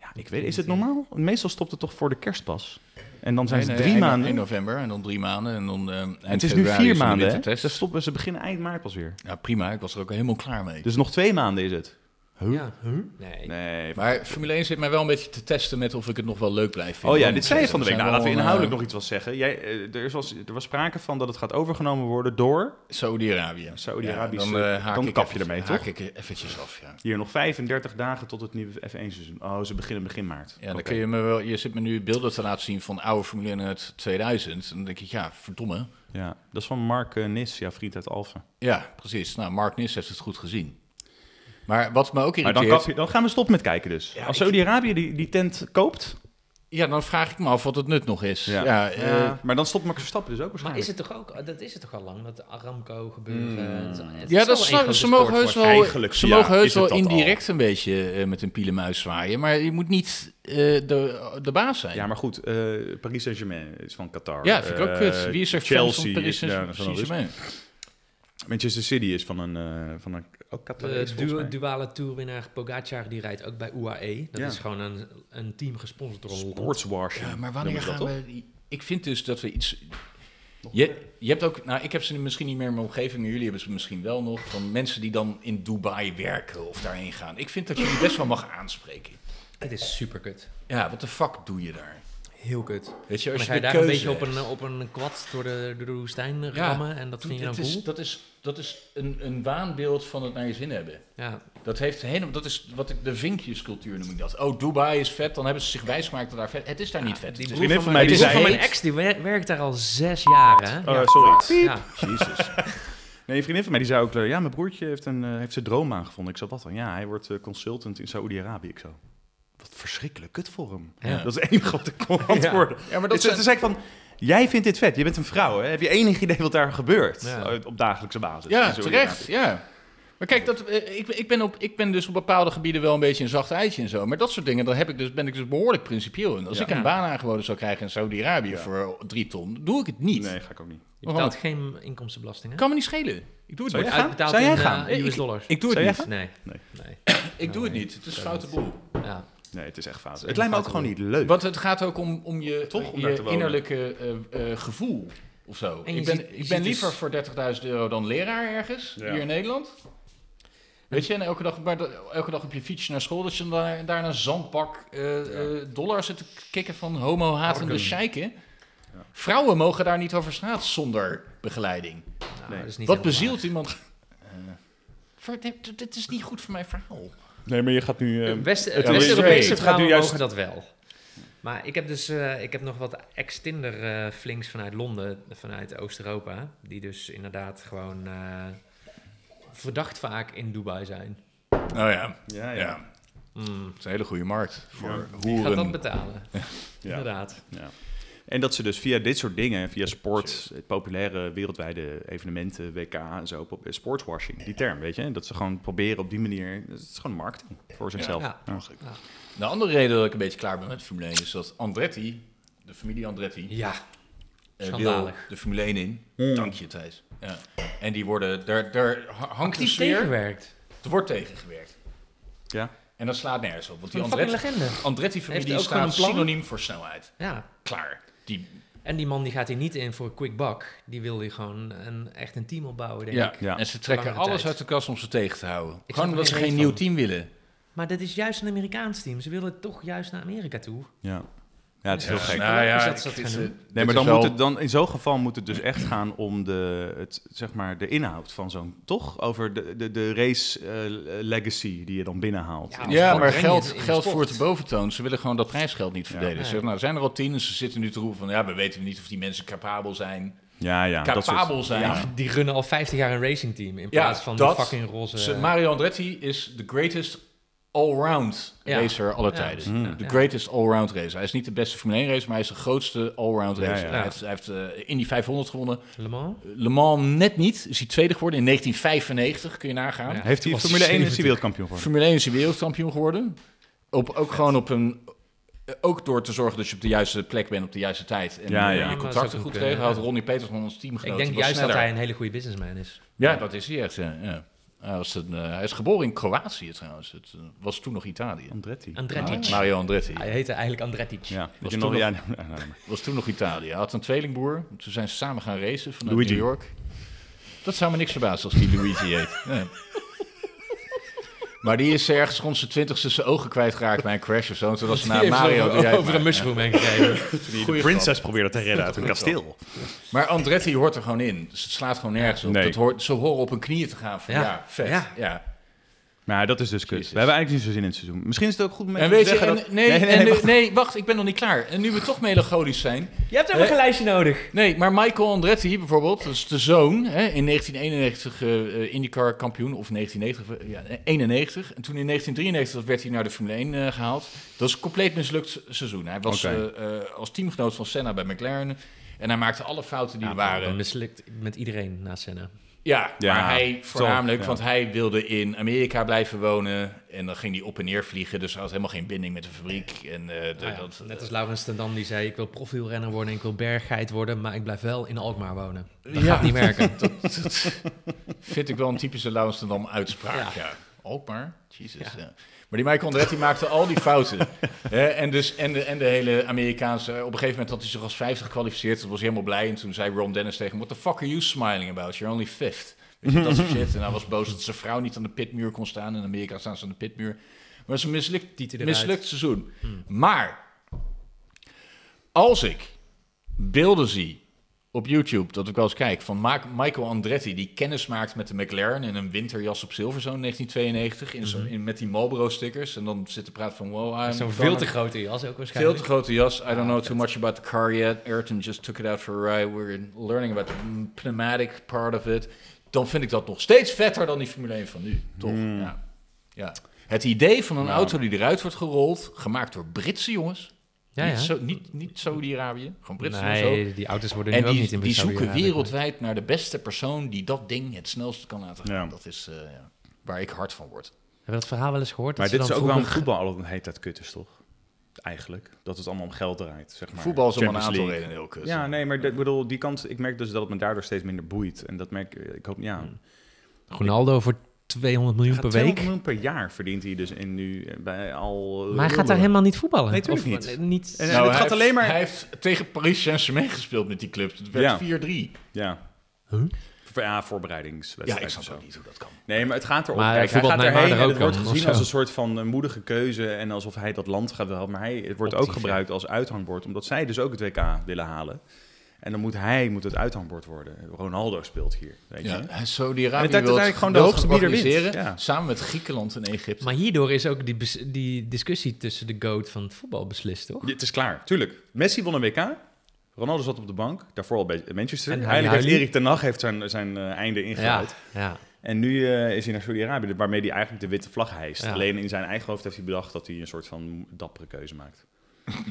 Speaker 1: Ja, ik weet, is het normaal? Meestal stopt het toch voor de kerst pas. En dan zijn
Speaker 2: nee, nee,
Speaker 1: ze drie
Speaker 2: eind-
Speaker 1: maanden.
Speaker 2: eind november en dan drie maanden en dan eh, eind
Speaker 1: het is nu
Speaker 2: februari
Speaker 1: vier
Speaker 2: de
Speaker 1: maanden. hè?
Speaker 2: wintertest.
Speaker 1: Ze stoppen, ze beginnen eind maart pas weer.
Speaker 2: Ja, prima. Ik was er ook helemaal klaar mee.
Speaker 1: Dus nog twee maanden is het. Huh?
Speaker 3: Ja. Nee.
Speaker 1: Nee.
Speaker 2: Maar Formule 1 zit mij wel een beetje te testen met of ik het nog wel leuk blijf vinden.
Speaker 1: Oh ja,
Speaker 2: Want eh,
Speaker 1: dit zei je van de
Speaker 2: er
Speaker 1: week. Nou,
Speaker 2: zijn
Speaker 1: laten we
Speaker 2: wel,
Speaker 1: inhoudelijk
Speaker 2: eh,
Speaker 1: nog iets wel zeggen. Jij, eh, er, is wel, er was sprake van dat het gaat overgenomen worden door...
Speaker 2: Saudi-Arabië.
Speaker 1: Saudi-Arabisch,
Speaker 2: Ja, dan, eh,
Speaker 1: eh,
Speaker 2: haak
Speaker 1: dan
Speaker 2: ik
Speaker 1: kap je
Speaker 2: even-
Speaker 1: ermee,
Speaker 2: haak
Speaker 1: toch?
Speaker 2: ik e- eventjes af, ja.
Speaker 1: Hier nog 35 dagen tot het nieuwe F1-seizoen. Oh, ze beginnen begin maart.
Speaker 2: Ja, dan
Speaker 1: Oké.
Speaker 2: kun je me wel... Je zit me nu beelden te laten zien van oude Formule 1 uit 2000. En dan denk ik, ja, verdomme.
Speaker 1: Ja, dat is van Mark eh, Nis, ja, vriend uit Alphen.
Speaker 2: Ja, precies. Nou, Mark Nis heeft het goed gezien. Maar wat me ook
Speaker 1: Maar
Speaker 2: irriteert...
Speaker 1: dan, kap je, dan gaan we stoppen met kijken dus.
Speaker 2: Ja,
Speaker 1: Als
Speaker 2: ik-
Speaker 1: Saudi-Arabië die, die tent koopt...
Speaker 2: Ja, dan vraag ik me af wat het nut nog is. Ja, eh,
Speaker 1: Ja, maar dan stopt Max Verstappen dus ook
Speaker 3: Maar
Speaker 1: waarschijnlijk.
Speaker 3: is het toch ook, dat is het toch al lang, dat Aramco gebeuren. eh, Het- het
Speaker 2: ja dat
Speaker 3: zal wel
Speaker 2: snap
Speaker 3: een
Speaker 2: Ze
Speaker 3: grote
Speaker 2: mogen
Speaker 3: sport
Speaker 2: heus
Speaker 3: worden.
Speaker 2: wel,
Speaker 1: Eigenlijk,
Speaker 2: ze
Speaker 1: ja,
Speaker 2: mogen
Speaker 1: is
Speaker 2: heus
Speaker 1: het
Speaker 2: wel
Speaker 1: dat
Speaker 2: indirect een beetje eh, met een pielenmuis zwaaien. Maar je moet niet eh, de, de baas zijn.
Speaker 1: Ja, maar goed, eh, Paris Saint-Germain is van Qatar.
Speaker 2: Ja, vind ik ook
Speaker 1: Eh,
Speaker 2: kut. Wie is er fan
Speaker 1: Chelsea
Speaker 2: van Paris
Speaker 1: is daar van een Rus.
Speaker 2: Saint-Germain?
Speaker 1: Manchester City is van een, eh, van een ook Qatar.
Speaker 3: De du duale tourwinnaar Pogacar die rijdt ook bij UAE. Dat
Speaker 1: Ja.
Speaker 3: is gewoon een, een team gesponsord door Holland.
Speaker 1: Sportswash.
Speaker 2: Ja, maar
Speaker 1: noemen
Speaker 2: wanneer
Speaker 1: ze dat
Speaker 2: gaan we... Ik vind dus dat we iets... Je, je hebt ook... Nou, ik heb ze misschien niet meer in mijn omgeving, maar jullie hebben ze misschien wel nog. Van mensen die dan in Dubai werken of daarheen gaan. Ik vind dat je die best wel mag aanspreken.
Speaker 3: Het is super kut.
Speaker 2: Ja, wat de fuck doe je daar?
Speaker 3: Heel kut.
Speaker 2: Weet je,
Speaker 3: En
Speaker 2: als
Speaker 3: dan
Speaker 2: je, de
Speaker 3: ga je daar een
Speaker 2: keuze
Speaker 3: beetje op
Speaker 2: hebt.
Speaker 3: een, op een kwad door de, door de woestijn rammen. en dat vind je dan
Speaker 2: Het is-
Speaker 3: cool.
Speaker 2: Dat is, dat is een, een waanbeeld van het naar je zin hebben.
Speaker 3: Ja,
Speaker 2: Dat, heeft helemaal, dat is wat ik, de vinkjescultuur noem ik dat. Oh, Dubai is vet, dan hebben ze zich wijsgemaakt dat daar vet... Het is daar niet vet.
Speaker 3: die
Speaker 2: Het is-
Speaker 3: broer
Speaker 1: van
Speaker 3: van,
Speaker 1: mij
Speaker 3: mijn, die
Speaker 1: die
Speaker 3: broer van
Speaker 1: zei-
Speaker 3: mijn ex die wer- werkt daar al zes jaar. Hè?
Speaker 1: Oh, sorry.
Speaker 3: Ja.
Speaker 2: Jezus.
Speaker 1: Nee, een vriendin van mij die zei ook, eh, ja, mijn broertje heeft, een, eh, heeft zijn droom aangevonden. Ik zo, wat dan? Ja, hij wordt eh, consultant in Saoedi-Arabië. Ik zo, wat verschrikkelijk kut voor hem.
Speaker 3: Ja.
Speaker 1: Dat is het enige wat ik kon antwoorden.
Speaker 2: Ja, maar
Speaker 1: Het
Speaker 2: dat
Speaker 1: is Dus het
Speaker 2: zijn-
Speaker 1: is eigenlijk van, jij vindt dit vet. Je bent een vrouw, hè? Heb je enig idee wat daar gebeurt
Speaker 3: Ja.
Speaker 1: eh, op dagelijkse basis?
Speaker 2: Ja,
Speaker 1: in Saoedi-Arabië?
Speaker 2: terecht, ja. Maar kijk, dat, eh, ik, ik, ben op, ik ben dus op bepaalde gebieden wel een beetje een zacht eitje en zo. Maar dat soort dingen, daar heb ik dus, ben ik dus behoorlijk principieel in. Als
Speaker 1: Ja.
Speaker 2: ik een baan aangeboden zou krijgen in Saudi-Arabië voor drie ton, doe ik het niet.
Speaker 1: Nee, ga ik ook niet.
Speaker 3: Je betaalt geen inkomstenbelasting. Hè?
Speaker 2: Kan me niet schelen. Ik doe het
Speaker 1: Zou
Speaker 2: niet.
Speaker 1: jij gaan?
Speaker 3: Uitbetaald
Speaker 1: Zou jij
Speaker 3: in, eh,
Speaker 1: gaan?
Speaker 2: Ik-
Speaker 3: US dollars.
Speaker 2: Ik doe het
Speaker 1: Zou jij
Speaker 2: niet.
Speaker 1: gaan?
Speaker 3: nee.
Speaker 1: Nee.
Speaker 3: nee.
Speaker 2: Ik doe het niet. Het is foute boel.
Speaker 3: Ja.
Speaker 1: Nee, het is echt fout.
Speaker 3: is
Speaker 1: Het lijkt me ook
Speaker 3: echt
Speaker 1: gewoon
Speaker 3: fout,
Speaker 1: niet leuk.
Speaker 2: Want het gaat ook om, om je,
Speaker 1: Toch, om daar te
Speaker 2: je
Speaker 1: wonen.
Speaker 2: innerlijke eh, eh, gevoel of zo.
Speaker 3: En je
Speaker 2: Ik ben,
Speaker 3: ziet- je
Speaker 2: ik
Speaker 3: ziet
Speaker 2: ben
Speaker 3: dus-
Speaker 2: liever voor 30.000 euro dan leraar ergens,
Speaker 1: Ja.
Speaker 2: hier in Nederland. Weet je, en elke dag, maar de- elke dag op je fiets naar school, dat je daar, daar in een zandbak eh, eh, dollar zit te kikken van homo-hatende
Speaker 3: Harken.
Speaker 2: scheiken.
Speaker 1: Ja.
Speaker 2: Vrouwen mogen daar niet over straat zonder begeleiding.
Speaker 3: Nou,
Speaker 1: Nee.
Speaker 3: dat is niet
Speaker 2: Wat
Speaker 3: helemaal
Speaker 2: bezielt iemand... Eh, ver- dit, dit is niet goed voor mijn verhaal.
Speaker 1: Nee, maar je gaat nu...
Speaker 3: waar.
Speaker 1: eh,
Speaker 3: West-
Speaker 1: het
Speaker 3: het
Speaker 1: is- het
Speaker 3: West-Europese
Speaker 1: gaat nu
Speaker 3: vrouwen
Speaker 1: juist-
Speaker 3: mogen dat wel. Maar ik heb dus eh, ik heb nog wat ex-Tinder eh, flinks vanuit Londen, vanuit Oost-Europa. Die dus inderdaad gewoon eh, verdacht vaak in Dubai zijn.
Speaker 2: Nou ja,
Speaker 1: ja,
Speaker 2: ja.
Speaker 1: ja.
Speaker 2: Hmm.
Speaker 3: Mm.
Speaker 2: het is een hele goede markt voor
Speaker 1: Ja.
Speaker 3: Wie gaat
Speaker 2: hoeren.
Speaker 3: dat betalen?
Speaker 1: ja.
Speaker 3: Inderdaad.
Speaker 1: Ja. En dat ze dus via dit soort dingen, via sport, populaire wereldwijde evenementen, WK en zo, pop- sportswashing, die term, weet je? Dat ze gewoon proberen op die manier, het is gewoon marketing voor zichzelf.
Speaker 3: Ja.
Speaker 1: Ja.
Speaker 2: De andere reden dat ik een beetje klaar ben met Formule 1 is dat Andretti, de familie Andretti,
Speaker 3: Ja,
Speaker 2: eh, wil
Speaker 3: Schandalig.
Speaker 2: de Formule 1 in.
Speaker 1: Hmm.
Speaker 2: Dank je, Thijs. Ja. En die worden, daar, daar ha- hangt een
Speaker 3: actief
Speaker 2: sfeer.
Speaker 3: tegenwerkt.
Speaker 2: Er wordt tegengewerkt.
Speaker 1: Ja.
Speaker 2: En dat slaat nergens op, want die
Speaker 3: Een fucking
Speaker 2: Andretti-
Speaker 3: legende. Heeft
Speaker 2: Andretti-familie
Speaker 3: ook gewoon
Speaker 2: staat
Speaker 3: een plan?
Speaker 2: synoniem voor snelheid.
Speaker 3: Ja.
Speaker 2: Klaar. Die,
Speaker 3: En die man die gaat hier niet in voor een quick buck. Die wil hier gewoon een, echt een team opbouwen, denk ik.
Speaker 1: Ja.
Speaker 2: En ze trekken
Speaker 3: Langere
Speaker 2: alles
Speaker 3: tijd.
Speaker 2: uit de kast om ze tegen te houden.
Speaker 3: Ik snap
Speaker 2: gewoon
Speaker 3: er
Speaker 2: omdat ze
Speaker 3: geen
Speaker 2: geen
Speaker 3: reet
Speaker 2: nieuw
Speaker 3: van.
Speaker 2: team willen.
Speaker 3: Maar dat is juist een Amerikaans team. Ze willen toch juist naar Amerika toe.
Speaker 1: Ja. ja, het is heel
Speaker 3: Ja.
Speaker 1: gek.
Speaker 3: Nou ja, ik- dit is, eh,
Speaker 1: Nee, maar dan moet het dan, in zo'n geval moet het dus echt gaan om de, het, zeg maar, de inhoud van zo'n, toch? Over de, de, de race eh, legacy die je dan binnenhaalt.
Speaker 3: Ja.
Speaker 2: Ja,
Speaker 3: Sport
Speaker 2: maar
Speaker 3: breng je
Speaker 2: geld,
Speaker 3: het in de
Speaker 2: geld
Speaker 3: sport.
Speaker 2: voert de boventoon. Ze willen gewoon dat prijsgeld niet verdelen.
Speaker 3: Nee.
Speaker 2: Ze zeggen, nou, zijn er al tien en ze zitten nu te roepen van... ja, we weten niet of die mensen capabel zijn.
Speaker 1: Ja, ja. dat soort-
Speaker 2: capabel zijn.
Speaker 3: Die runnen al 50 jaar een racingteam in
Speaker 2: Ja,
Speaker 3: plaats van
Speaker 2: dat-
Speaker 3: de fucking roze...
Speaker 2: Ze- Mario Andretti is de greatest allround
Speaker 3: Ja.
Speaker 2: racer aller
Speaker 3: Ja,
Speaker 2: tijden.
Speaker 3: ja,
Speaker 2: De
Speaker 3: ja.
Speaker 2: greatest allround racer. Hij is niet de beste Formule 1 racer, maar hij is de grootste allround
Speaker 1: Ja,
Speaker 2: racer.
Speaker 1: ja.
Speaker 2: Hij heeft, hij heeft eh, Indy 500 gewonnen.
Speaker 3: Le Mans?
Speaker 2: Le Mans net niet. Is hij tweede geworden in 1995, kun je nagaan.
Speaker 3: Ja.
Speaker 1: Heeft hij
Speaker 3: Was
Speaker 1: Formule 1 is
Speaker 3: 70.
Speaker 1: hij wereldkampioen geworden?
Speaker 2: Formule 1 is hij wereldkampioen geworden. Op, ook gewoon op een... eh, Ook door te zorgen dat je op de juiste plek bent op de juiste tijd. En
Speaker 1: Ja, ja. Ja,
Speaker 2: eh, je
Speaker 1: maar
Speaker 3: dat
Speaker 2: contracten
Speaker 3: zou
Speaker 2: goed
Speaker 3: kunnen,
Speaker 2: regelt. Had
Speaker 3: ja.
Speaker 2: Ronnie Peters van ons teamgenoot.
Speaker 3: eh, Ik
Speaker 2: die
Speaker 3: denk
Speaker 2: was
Speaker 3: juist dat
Speaker 2: sneller.
Speaker 3: hij een hele goede businessman is.
Speaker 2: Ja, dat is hij echt. Ja. ja. Hij, was een, eh, hij is geboren in Kroatië trouwens. Het eh, was toen nog Italië.
Speaker 1: Andretti.
Speaker 3: Andretti.
Speaker 2: Mario Andretti.
Speaker 3: Hij heette eigenlijk Andretti.
Speaker 1: Ja,
Speaker 2: Was
Speaker 1: was je
Speaker 2: toen
Speaker 1: nog,
Speaker 2: nog-
Speaker 1: ja, nou, nou, nou, maar.
Speaker 2: Was toen nog Italië. Hij had een tweelingbroer. Toen zijn ze samen gaan racen vanuit
Speaker 1: Luigi.
Speaker 2: New York. Dat zou me niks verbazen als die Luigi heet. Ja. Maar die is ergens rond zijn twintigste zijn ogen kwijtgeraakt bij een crash of zo. En toen was ze naar
Speaker 3: Die heeft
Speaker 2: Mario. die jij
Speaker 3: over,
Speaker 2: het
Speaker 3: over
Speaker 2: maakt.
Speaker 3: een mushroom heen gegeven.
Speaker 1: Die de
Speaker 2: Goeie
Speaker 1: princess probeerde te redden uit een kasteel.
Speaker 2: Maar Andretti hoort er gewoon in. Dus het slaat gewoon nergens op.
Speaker 1: Nee.
Speaker 2: Dat hoort, ze horen op hun knieën te gaan. Van, ja.
Speaker 3: Ja.
Speaker 2: vet. Ja.
Speaker 3: Ja.
Speaker 1: Maar dat is dus kut.
Speaker 2: Jezus.
Speaker 1: We hebben eigenlijk niet zo zin in het seizoen. Misschien is het ook goed om
Speaker 2: En
Speaker 1: even
Speaker 2: weet
Speaker 1: te
Speaker 2: je,
Speaker 1: zeggen
Speaker 2: en,
Speaker 1: dat...
Speaker 2: nee, en nu- nee,
Speaker 1: nee,
Speaker 2: wacht. ik ben nog niet klaar. En nu we toch melancholisch zijn.
Speaker 3: Je hebt helemaal
Speaker 2: Hè?
Speaker 3: geen lijstje nodig.
Speaker 2: Nee, maar Michael Andretti bijvoorbeeld, dat is de zoon, hè, in 1991 eh, eh, IndyCar kampioen, of 1990, ja, eh, 91. En toen in 1993 werd hij naar de Formule 1 eh, gehaald. Dat is een compleet mislukt seizoen. Hij was
Speaker 1: Oké.
Speaker 2: eh, eh, als teamgenoot van Senna bij McLaren en hij maakte alle fouten die
Speaker 3: Ja,
Speaker 2: er
Speaker 3: waren.
Speaker 2: waren.
Speaker 3: Mislukt met iedereen na Senna.
Speaker 2: Ja,
Speaker 1: Ja,
Speaker 2: maar hij
Speaker 1: toch,
Speaker 2: voornamelijk,
Speaker 1: ja.
Speaker 2: want hij wilde in Amerika blijven wonen en dan ging hij op en neer vliegen, dus hij had helemaal geen binding met de fabriek. En, eh, de-
Speaker 3: Nou ja,
Speaker 2: dat,
Speaker 3: net als Laurens ten Dam die zei, ik wil profielrenner worden en ik wil berggeit worden, maar ik blijf wel in Alkmaar wonen. Dat
Speaker 2: Ja.
Speaker 3: gaat het niet werken.
Speaker 2: Vind ik wel een typische Laurens ten Dam uitspraak, ja.
Speaker 3: Ja.
Speaker 2: Ook maar, jezus.
Speaker 3: Ja.
Speaker 2: ja. Maar die Michael Andretti maakte al die fouten. Hè, en, dus, en, de, en de hele Amerikaanse... eh, Op een gegeven moment had hij zich als 50 gekwalificeerd. Dat was hij helemaal blij. En toen zei Ron Dennis tegen hem... What the fuck are you smiling about? You're only fifth. Weet je, dat soort shit. En hij was boos dat zijn vrouw niet aan de pitmuur kon staan. In Amerika staan ze aan de pitmuur. Maar het is een mislukt,
Speaker 3: Tieten eruit. Hmm.
Speaker 2: mislukt seizoen. Maar als ik beelden zie op YouTube, dat ik wel eens kijk, van Ma- Michael Andretti, die kennis maakt met de McLaren in een winterjas op Silverstone 1992, in zo'n- in, met die Marlboro-stickers. En dan zit te praten van, wow, I'm
Speaker 3: Mhm. Zo'n
Speaker 2: gonna-
Speaker 3: veel te grote jas ook waarschijnlijk. Ah,
Speaker 2: veel te grote jas. I don't know too much about the car yet. Ayrton just took it out for a ride. We're learning about the pneumatic part of it. Dan vind ik dat nog steeds vetter dan die Formule 1 van nu, toch?
Speaker 3: Hmm.
Speaker 2: Ja. ja. Het idee van een
Speaker 3: Nou.
Speaker 1: Ja.
Speaker 2: auto die eruit wordt gerold, gemaakt door Britse jongens.
Speaker 3: Ja,
Speaker 2: Niet,
Speaker 3: ja.
Speaker 2: zo, niet, niet Saudi-Arabië, gewoon Britse jongens. ook.
Speaker 3: Nee, die auto's worden nu
Speaker 2: En
Speaker 3: ook niet
Speaker 2: die,
Speaker 3: in
Speaker 2: die zoeken
Speaker 3: Saudi-Arabië.
Speaker 2: wereldwijd naar de beste persoon die dat ding het snelst kan laten gaan.
Speaker 1: Ja.
Speaker 2: Dat is eh, ja, waar ik hard van word.
Speaker 3: Hebben we dat verhaal wel eens gehoord?
Speaker 1: Maar
Speaker 3: dat
Speaker 1: dit is
Speaker 3: ze dan
Speaker 1: ook wel een
Speaker 3: vroeger-
Speaker 1: voetbal altijd een hele tijd kut is, toch? Eigenlijk. Dat het allemaal om geld draait, zeg maar.
Speaker 2: Voetbal is om een
Speaker 1: Champions
Speaker 2: aantal
Speaker 1: League.
Speaker 2: redenen heel kut.
Speaker 1: Ja, nee, maar dat- ik bedoel, die kant, ik merk dus dat het me daardoor steeds minder boeit. En dat merk eh, ik, ik hoop, ja.
Speaker 3: Ronaldo voor 200 miljoen
Speaker 1: Gaat
Speaker 3: per
Speaker 1: 200
Speaker 3: week.
Speaker 1: miljoen per jaar verdient hij dus in nu eh, bij al... eh,
Speaker 3: Maar hij gaat daar
Speaker 1: rollen.
Speaker 3: helemaal niet voetballen.
Speaker 1: Nee, tuurlijk
Speaker 3: Of,
Speaker 1: niet.
Speaker 3: eh, niet.
Speaker 1: En- Nou, het
Speaker 2: hij
Speaker 1: gaat
Speaker 2: heeft-
Speaker 1: alleen maar-
Speaker 2: Hij heeft tegen Paris Saint-Germain gespeeld met die club. Het werd
Speaker 1: Ja.
Speaker 2: 4-3.
Speaker 1: Ja.
Speaker 3: Huh?
Speaker 1: Voor- Ja, voorbereidingswedstrijd
Speaker 2: Ja, ik
Speaker 1: of
Speaker 2: snap
Speaker 1: zo.
Speaker 2: ook niet hoe dat kan.
Speaker 1: Nee, maar het gaat erom.
Speaker 3: Maar
Speaker 1: Kijk, hij
Speaker 3: voetbalt
Speaker 1: gaat
Speaker 3: Neymar
Speaker 1: erheen
Speaker 3: er
Speaker 1: en
Speaker 3: ook
Speaker 1: het wordt
Speaker 3: aan,
Speaker 1: gezien
Speaker 3: of
Speaker 1: als
Speaker 3: zo?
Speaker 1: een soort van eh, moedige keuze en alsof hij dat land gaat wel. Maar hij, het wordt ook
Speaker 3: Optief, ja.
Speaker 1: gebruikt als uithangbord, omdat zij dus ook het WK willen halen. En dan moet hij moet het uithangbord worden. Ronaldo speelt hier, weet je.
Speaker 2: Ja,
Speaker 1: Ja.
Speaker 2: Saudi-Arabië
Speaker 1: En het is
Speaker 2: wil het
Speaker 1: eigenlijk gewoon
Speaker 2: de
Speaker 1: de
Speaker 2: hoogste
Speaker 1: hoogste bieder
Speaker 2: organiseren,
Speaker 1: wint. Ja.
Speaker 2: samen met Griekenland en Egypte.
Speaker 3: Maar hierdoor is ook die, bes- die discussie tussen de GOAT van het voetbal beslist, toch?
Speaker 1: Het is klaar, tuurlijk. Messi won een WK. Ronaldo zat op de bank, daarvoor al bij Manchester.
Speaker 3: En hij-
Speaker 1: Eigenlijk heeft
Speaker 3: hij-
Speaker 1: Erik ten Hag heeft zijn, zijn eh, einde ingehaald.
Speaker 3: ja.
Speaker 1: En nu eh, is hij naar Saudi-Arabië, waarmee hij eigenlijk de witte vlag hijst.
Speaker 3: Ja.
Speaker 1: Alleen in zijn eigen hoofd heeft hij bedacht dat hij een soort van dappere keuze maakt.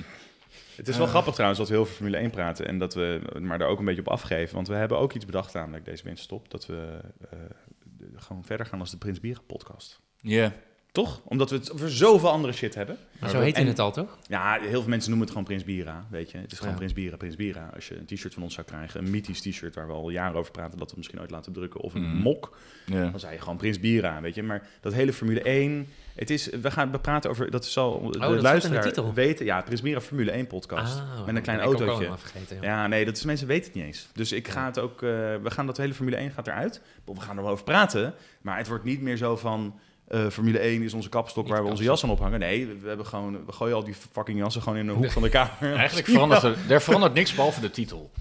Speaker 1: Het
Speaker 3: Eh.
Speaker 1: is wel grappig trouwens dat we heel veel Formule 1 praten en dat we maar daar ook een beetje op afgeven. Want we hebben ook iets bedacht namelijk deze winterstop, dat we eh, de- gewoon verder gaan als de Prins Bieren podcast.
Speaker 2: Ja.
Speaker 1: Toch? Omdat we het over zoveel andere shit hebben.
Speaker 3: Maar zo heet hij
Speaker 1: en-
Speaker 3: het al, toch?
Speaker 1: Ja, heel veel mensen noemen het gewoon Prins Bira, weet je. Het is gewoon
Speaker 3: Ja.
Speaker 1: Prins Bira, Prins Bira. Als je een t-shirt van ons zou krijgen, een mythisch t-shirt waar we al jaren over praten, dat we misschien ooit laten drukken, of een
Speaker 3: Mm.
Speaker 2: Mhm.
Speaker 1: mok.
Speaker 3: Hm.
Speaker 2: ja.
Speaker 1: Dan zei je gewoon Prins Bira, weet je. Maar dat hele Formule 1, het is, we gaan we praten over, dat zal de
Speaker 3: Oh, dat zat in de
Speaker 1: luisteraar
Speaker 3: titel.
Speaker 1: weten. Ja, Prins Bira Formule 1 podcast.
Speaker 3: Ah,
Speaker 1: met een klein
Speaker 3: ik heb ook
Speaker 1: autootje.
Speaker 3: allemaal vergeten, ja.
Speaker 1: Ja, nee, dat is, mensen weten het niet eens. Dus ik ga het ook, eh, we gaan dat hele Formule 1 gaat eruit. We gaan er wel over praten, maar het wordt niet meer zo van... eh, Formule 1 is onze kapstok
Speaker 3: Niet
Speaker 1: waar we onze jas aan ophangen. Nee, we, hebben gewoon, we gooien al die fucking jassen gewoon in een hoek van de kamer.
Speaker 2: Eigenlijk verandert er, er verandert niks behalve de titel.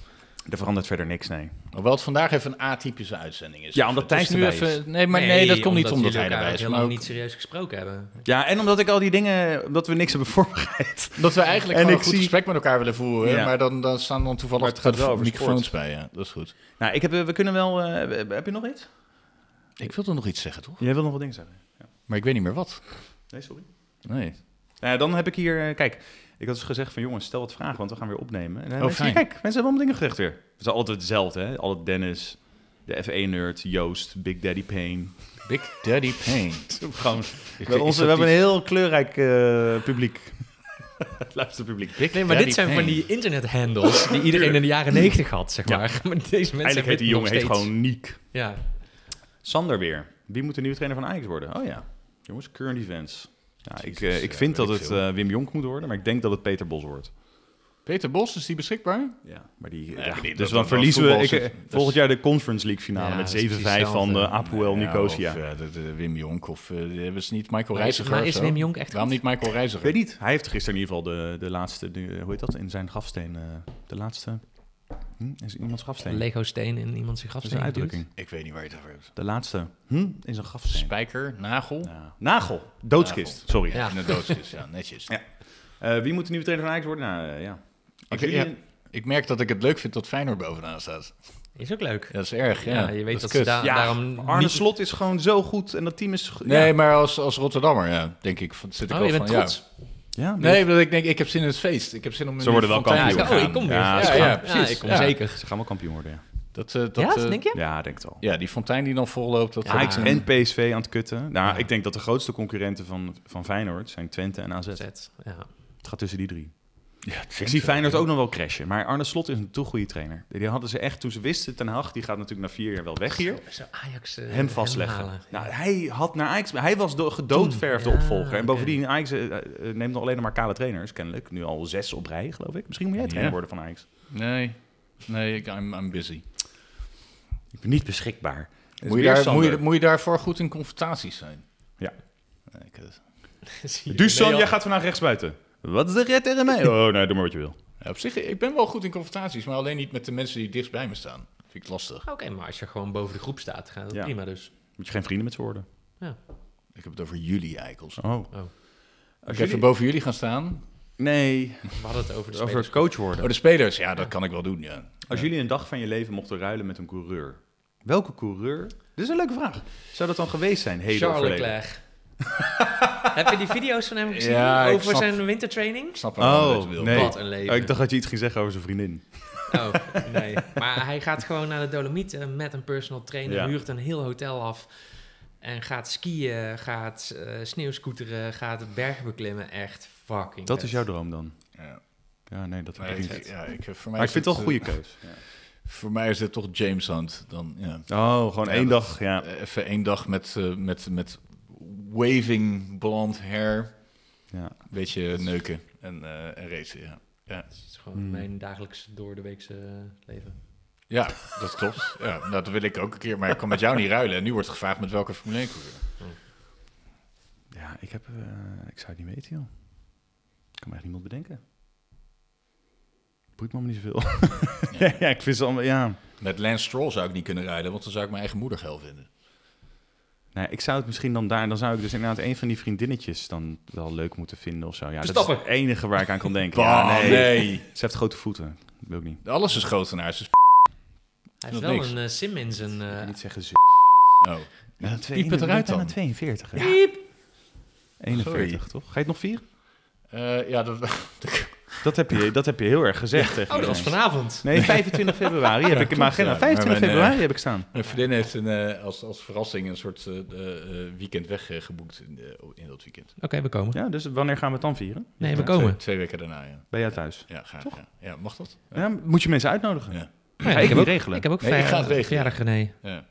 Speaker 1: Er verandert verder niks, nee.
Speaker 2: Hoewel het vandaag even een A-typische uitzending is.
Speaker 1: Ja, omdat
Speaker 2: Het is
Speaker 1: Thijs
Speaker 2: nu
Speaker 1: erbij is.
Speaker 2: even, Nee, maar nee, dat komt niet omdat
Speaker 3: jullie
Speaker 2: hij
Speaker 3: elkaar
Speaker 2: erbij is.
Speaker 3: heel
Speaker 2: Maar
Speaker 3: lang
Speaker 2: ook,
Speaker 3: niet serieus gesproken hebben.
Speaker 1: Ja, en omdat ik al die dingen, omdat we niks hebben voorbereid.
Speaker 2: dat we eigenlijk
Speaker 1: En
Speaker 2: gewoon een
Speaker 1: ik
Speaker 2: goed
Speaker 1: zie-
Speaker 2: gesprek met elkaar willen voeren.
Speaker 1: Ja.
Speaker 2: Maar dan, dan staan dan toevallig
Speaker 1: Maar het gaat
Speaker 2: de
Speaker 1: wel over
Speaker 2: microfoons
Speaker 1: sport.
Speaker 2: bij. Ja, dat is goed.
Speaker 1: Nou, ik heb, eh, we kunnen wel, eh, we- heb je nog iets?
Speaker 2: Ik wilde nog iets zeggen, toch?
Speaker 1: Jij wil nog wat dingen zeggen?
Speaker 2: Maar ik weet niet meer wat.
Speaker 1: Nee, sorry.
Speaker 2: Nee.
Speaker 1: Nou, ja, dan heb ik hier, eh, kijk, ik had dus gezegd van jongens, stel wat vragen, want we gaan weer opnemen. En, eh,
Speaker 2: Oh,
Speaker 1: mensen,
Speaker 2: fijn.
Speaker 1: kijk, mensen hebben allemaal dingen gezegd weer. Het is altijd hetzelfde, hè? Altijd Dennis, de F1-nerd, Joost, Big Daddy Payne.
Speaker 2: Big Daddy Pain.
Speaker 1: Gewoon,
Speaker 2: Ik-
Speaker 1: we,
Speaker 2: is
Speaker 1: onze,
Speaker 2: dat
Speaker 1: we hebben een
Speaker 2: die-
Speaker 1: heel kleurrijk eh, publiek. Luisterpubliek.
Speaker 3: Nee, maar
Speaker 2: Daddy
Speaker 3: dit zijn
Speaker 2: Pain.
Speaker 3: van die internethandles die iedereen in de jaren negentig had, zeg maar. Maar deze mensen
Speaker 1: Eigenlijk heet die
Speaker 3: hebben
Speaker 1: jongen
Speaker 3: het
Speaker 1: heet
Speaker 3: nog
Speaker 1: gewoon Niek.
Speaker 3: steeds. Ja.
Speaker 1: Sander weer. Wie moet de nieuwe trainer van Ajax worden? Oh ja, jongens, current events. Ja, ik, eh,
Speaker 2: Jezus,
Speaker 1: ik
Speaker 2: ja,
Speaker 1: vind
Speaker 2: weet
Speaker 1: dat
Speaker 2: ik
Speaker 1: het
Speaker 2: veel.
Speaker 1: eh, Wim Jonk moet worden, maar ik denk dat het Peter Bos wordt.
Speaker 2: Peter Bos, is die beschikbaar?
Speaker 1: Ja, maar die,
Speaker 2: Nee,
Speaker 1: ja,
Speaker 2: ik
Speaker 1: dus
Speaker 2: weet niet dat
Speaker 1: dan
Speaker 2: dat wel
Speaker 1: verliezen we
Speaker 2: voetbal
Speaker 1: ik,
Speaker 2: is,
Speaker 1: eh,
Speaker 2: dus-
Speaker 1: volgend jaar de Conference League finale
Speaker 3: Ja, dat is
Speaker 1: met 7-5
Speaker 3: precies
Speaker 1: van
Speaker 3: hetzelfde.
Speaker 1: eh, Apoel
Speaker 2: Ja,
Speaker 1: Nicosia.
Speaker 2: Of, eh, de, de Wim Jonk of eh, hebben ze niet Michael
Speaker 3: Maar is-
Speaker 2: Reiziger.
Speaker 3: maar
Speaker 2: of
Speaker 3: is
Speaker 2: zo?
Speaker 3: Wim Jonk echt
Speaker 2: Waarom
Speaker 3: goed?
Speaker 2: niet Michael
Speaker 1: Ik
Speaker 2: Reiziger?
Speaker 1: weet niet. Hij heeft gisteren in ieder geval de, de laatste, de, hoe heet dat, in zijn grafsteen. eh, de laatste, hm, is iemands grafsteen.
Speaker 3: Een Lego steen in iemand zijn
Speaker 1: dat
Speaker 3: grafsteen.
Speaker 1: is een uitdrukking.
Speaker 2: Ik weet niet waar je het over hebt.
Speaker 1: De laatste, hm, is een grafsteen.
Speaker 2: Spijker, nagel.
Speaker 1: Ja. Nagel, doodskist,
Speaker 2: Nagel.
Speaker 1: sorry.
Speaker 3: Ja.
Speaker 2: In de doodskist, ja, netjes.
Speaker 1: Ja. Eh, wie moet de nieuwe trainer van Ajax worden? Nou, eh, ja.
Speaker 2: Ik-
Speaker 1: Julian-
Speaker 2: ja. Ik merk dat ik het leuk vind dat Feyenoord bovenaan staat.
Speaker 3: Is ook leuk.
Speaker 2: Dat is erg, ja.
Speaker 3: Ja, je weet
Speaker 2: is
Speaker 3: dat ze
Speaker 2: kut.
Speaker 3: daar-
Speaker 1: ja,
Speaker 3: daarom
Speaker 1: Arne
Speaker 3: niet-
Speaker 1: Slot is gewoon zo goed en dat team is... ge-
Speaker 2: Nee,
Speaker 1: ja.
Speaker 2: maar als, als Rotterdammer, ja, denk ik, van- zit ik
Speaker 3: Oh,
Speaker 2: al
Speaker 3: je bent
Speaker 2: van, ja.
Speaker 3: trots.
Speaker 1: Ja,
Speaker 2: Nee, omdat ik denk, ik heb zin in het feest. Ik heb zin om in
Speaker 1: Ze worden
Speaker 2: die
Speaker 1: wel
Speaker 2: fontein
Speaker 1: kampioen.
Speaker 2: te gaan.
Speaker 3: oh, ik kom weer.
Speaker 1: Ja,
Speaker 3: Ja,
Speaker 2: ja,
Speaker 3: ja,
Speaker 2: ja,
Speaker 3: precies.
Speaker 2: precies.
Speaker 3: ik kom
Speaker 2: Ja.
Speaker 3: zeker.
Speaker 1: Ze gaan wel kampioen worden, ja.
Speaker 2: Dat, eh, dat,
Speaker 3: ja, dat
Speaker 2: eh,
Speaker 3: denk je?
Speaker 1: Ja, ik denk het al.
Speaker 2: Ja, die fontein die dan volloopt. Dat
Speaker 1: Ja, Ajax
Speaker 2: dat, eh,
Speaker 1: en PSV aan het kutten. Nou, ik denk dat de grootste concurrenten van, van Feyenoord zijn Twente en AZ. Het
Speaker 3: Zet, Ja.
Speaker 1: gaat tussen die drie.
Speaker 2: ja,
Speaker 1: Ik zie Feyenoord ook nog wel crashen. Maar Arne Slot is een toch goede trainer. Die hadden ze echt, toen ze wisten, Ten Hag, die gaat natuurlijk na vier jaar wel weg hier.
Speaker 3: Zo Ajax eh,
Speaker 1: Hem vastleggen.
Speaker 3: halen.
Speaker 1: nou, hij had naar Ajax... Hij was de gedoodverfde
Speaker 3: Ja,
Speaker 1: opvolger. En
Speaker 3: oké.
Speaker 1: bovendien, Ajax eh, eh, neemt nog alleen maar kale trainers, kennelijk. Nu al zes op rij, geloof ik. Misschien moet jij trainer
Speaker 2: Ja.
Speaker 1: worden van Ajax.
Speaker 2: Nee, nee, ik, I'm, I'm busy.
Speaker 1: Ik ben niet beschikbaar. Dus
Speaker 2: Moet je,
Speaker 1: weer
Speaker 2: daar,
Speaker 1: Sander.
Speaker 2: moet, je, moet je daarvoor goed in confrontaties zijn? eh,
Speaker 1: Ja.
Speaker 2: Nee, kut.
Speaker 3: Zie je,
Speaker 1: Dusan,
Speaker 3: Leon.
Speaker 1: jij gaat vandaag rechts buiten. Wat is de red tegen mij? Oh, nee, doe maar wat je wil.
Speaker 2: Ja, op zich, ik ben wel goed in confrontaties, maar alleen niet met de mensen die dichtst bij me staan. Vind ik het lastig.
Speaker 3: Oké, maar als je gewoon boven de groep staat, gaat dat
Speaker 1: Ja.
Speaker 3: prima dus.
Speaker 1: Moet je geen vrienden met ze worden.
Speaker 2: Ik heb het over jullie eikels.
Speaker 1: Oh.
Speaker 2: Als ik even boven jullie gaan staan.
Speaker 1: Nee,
Speaker 3: We hadden het over de
Speaker 1: over
Speaker 3: spelers.
Speaker 1: coach worden.
Speaker 2: Oh, de spelers, ja, dat kan ik wel doen, ja.
Speaker 1: Als jullie een dag van je leven mochten ruilen met een coureur, welke coureur? Dit is een leuke vraag. Zou dat dan geweest zijn, heden of
Speaker 3: Charles
Speaker 1: verleden?
Speaker 3: Leclerc. Heb je die video's van hem gezien
Speaker 2: Ja, ik
Speaker 3: over
Speaker 2: snap-
Speaker 3: zijn wintertraining?
Speaker 2: Ik snap wel wat
Speaker 1: Oh,
Speaker 2: je wil.
Speaker 1: nee.
Speaker 3: Wat een leven.
Speaker 1: Oh, ik dacht dat je iets ging zeggen over zijn vriendin.
Speaker 3: Oh, nee. Maar hij gaat gewoon naar de Dolomieten met een personal trainer,
Speaker 1: Ja.
Speaker 3: huurt een heel hotel af en gaat skiën, gaat eh, sneeuwscooteren, gaat bergen beklimmen. Echt fucking
Speaker 1: Dat
Speaker 3: vet.
Speaker 1: is jouw droom dan?
Speaker 2: Ja,
Speaker 1: Ja, nee, dat heb
Speaker 2: maar
Speaker 1: ik
Speaker 2: ik,
Speaker 1: niet.
Speaker 2: ja, ik, voor mij
Speaker 1: Maar ik
Speaker 2: is
Speaker 1: vind het wel een
Speaker 2: eh,
Speaker 1: goede keus.
Speaker 2: Voor mij is het toch James Hunt. Dan, ja.
Speaker 1: Oh, gewoon
Speaker 2: Ja,
Speaker 1: één
Speaker 2: dat-
Speaker 1: dag, ja.
Speaker 2: Even één dag met, eh, met, met waving blond hair.
Speaker 1: ja.
Speaker 2: Beetje neuken en, eh, en racen, ja. Ja,
Speaker 3: Dat is gewoon
Speaker 1: Hmm.
Speaker 3: mijn dagelijks door de weekse eh, leven.
Speaker 2: ja dat klopt. ja, nou, dat wil ik ook een keer, maar ik kan met jou niet ruilen. En nu wordt gevraagd met welke Formule 1 coureur.
Speaker 1: Ja, ik, heb, eh, ik zou het niet weten, joh. Ik kan me echt niemand bedenken. Boeit me allemaal niet zoveel. ja. ik vind ze allemaal, ja.
Speaker 2: Met Lance Stroll zou ik niet kunnen rijden, want dan zou ik mijn eigen moeder geil vinden.
Speaker 1: Nou, ja, ik zou het misschien dan daar, dan zou ik dus inderdaad een van die vriendinnetjes dan wel leuk moeten vinden of zo. Ja, dat is
Speaker 3: Verstappen.
Speaker 1: het enige waar ik aan kan denken.
Speaker 2: Bah,
Speaker 1: ja, nee.
Speaker 2: nee.
Speaker 1: Ze heeft grote voeten. Dat wil ik niet.
Speaker 2: Alles is grotenaars. Dus
Speaker 3: Hij
Speaker 2: Dat
Speaker 3: heeft
Speaker 2: is
Speaker 3: wel
Speaker 2: niks.
Speaker 3: een eh, sim in zijn...
Speaker 1: Ik wil
Speaker 3: eh,
Speaker 1: niet zeggen ze.
Speaker 2: oh.
Speaker 1: Ja,
Speaker 2: piep het eruit dan.
Speaker 1: 42. hè?
Speaker 3: piep.
Speaker 1: 41,
Speaker 2: Sorry.
Speaker 1: toch? Ga je het nog vier?
Speaker 2: Eh, ja, dat,
Speaker 1: Dat heb je, dat heb je heel erg gezegd tegen
Speaker 3: Oh, dat was
Speaker 1: iedereen.
Speaker 3: vanavond.
Speaker 1: Nee, 25 februari heb ik in mijn agenda.
Speaker 2: ja.
Speaker 1: 25
Speaker 2: Maar mijn,
Speaker 1: februari heb ik staan.
Speaker 2: Mijn vriendin heeft een, eh, als, als verrassing een soort eh, eh, eh, weekend weggeboekt in, eh, in dat weekend.
Speaker 3: Oké, we komen.
Speaker 1: Ja, dus wanneer gaan we het dan vieren?
Speaker 3: Nee, we
Speaker 1: Ja.
Speaker 3: komen.
Speaker 2: Twee, twee weken daarna, ja.
Speaker 1: Bij jou thuis.
Speaker 2: Ja, graag. Ja. Ja, mag dat? Ja.
Speaker 1: Ja, moet je mensen uitnodigen?
Speaker 2: Ja.
Speaker 1: Ga
Speaker 3: Oh
Speaker 1: ik
Speaker 3: Ja, ik, heb
Speaker 1: niet
Speaker 3: ook,
Speaker 1: regelen.
Speaker 3: ik heb ook
Speaker 2: Nee, ik
Speaker 3: ver-
Speaker 2: ga het regelen.
Speaker 3: verjaardag, René.
Speaker 2: Ja.